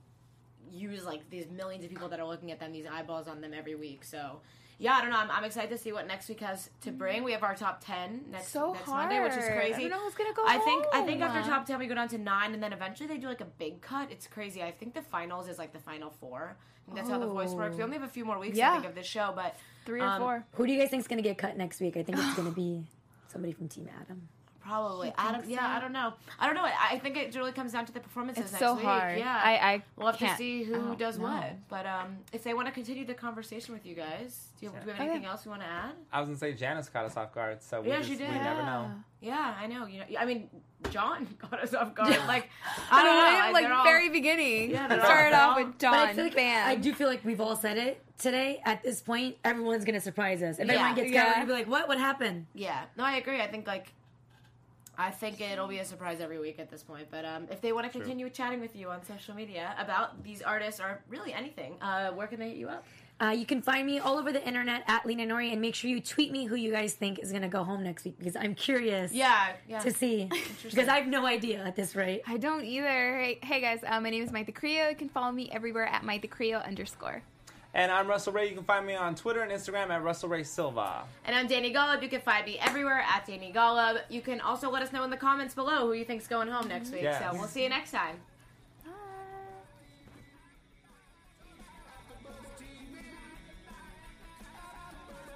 Speaker 2: use like these millions of people that are looking at them, these eyeballs on them every week. So yeah, I don't know. I'm, I'm excited to see what next week has to bring. We have our top ten next
Speaker 5: Mm-hmm. So
Speaker 2: next Monday, which is
Speaker 5: hard.
Speaker 2: crazy.
Speaker 5: I don't know who's gonna go
Speaker 2: I think I think
Speaker 5: home.
Speaker 2: after top ten we go down to nine, and then eventually they do like a big cut. It's crazy. I think the finals is like the final four. I think that's how the voice works. We only have a few more weeks I
Speaker 5: Yeah.
Speaker 2: think of this show, but
Speaker 5: Three or
Speaker 2: um,
Speaker 5: four.
Speaker 4: Who do you guys think is going to get cut next week? I think it's going to be somebody from Team Adam.
Speaker 2: Probably. I don't, yeah, I don't know. I don't know. I I think it really comes down to the performances
Speaker 5: It's
Speaker 2: next
Speaker 5: so
Speaker 2: week.
Speaker 5: hard.
Speaker 2: Yeah.
Speaker 5: I- I
Speaker 2: we'll have to
Speaker 5: can't- Oh,
Speaker 2: see
Speaker 5: I
Speaker 2: who
Speaker 5: don't
Speaker 2: does
Speaker 5: know.
Speaker 2: what. But um, if they want to continue the conversation with you guys, do you, do you have anything else you want to add?
Speaker 6: I was gonna say Janice caught us off guard, so we,
Speaker 2: Yeah,
Speaker 6: just,
Speaker 2: she did.
Speaker 6: we never know.
Speaker 2: Yeah, I know. You know, I mean, John caught us off guard. Like, I don't know.
Speaker 5: Right?
Speaker 2: I-
Speaker 5: like
Speaker 2: they're all-
Speaker 5: very beginning.
Speaker 2: Yeah, they're all-
Speaker 5: Started
Speaker 2: they're
Speaker 5: off
Speaker 2: all-
Speaker 5: with
Speaker 4: But
Speaker 5: John.
Speaker 4: I feel like
Speaker 5: bam.
Speaker 4: I do feel like we've all said it today. At this point, everyone's going to surprise us. If everyone gets
Speaker 5: Yeah.
Speaker 4: cut, we're going to be like, "What? What happened?"
Speaker 2: Yeah. No, I agree. I think like. I think it'll be a surprise every week at this point. But um, if they want to continue chatting with you on social media about these artists or really anything, uh, where can they hit you up?
Speaker 4: Uh, you can find me all over the internet at Lena Nori, and make sure you tweet me who you guys think is going to go home next week because I'm curious.
Speaker 2: Yeah, yeah.
Speaker 4: To see, because I have no idea at this rate.
Speaker 5: I don't either. Hey, hey guys, um, my name is Mike the Creo. You can follow me everywhere at Mike the Creo underscore.
Speaker 6: And I'm Russell Ray. You can find me on Twitter and Instagram at Russell Ray Silva.
Speaker 2: And I'm Danny Golub. You can find me everywhere at Danny Golub. You can also let us know in the comments below who you think's going home next week.
Speaker 6: Yes.
Speaker 2: So we'll see you next time.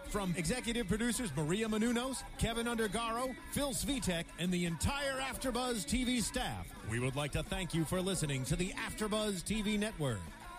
Speaker 3: From executive producers Maria Manunos, Kevin Undergaro, Phil Svitek, and the entire AfterBuzz TV staff, we would like to thank you for listening to the AfterBuzz TV network.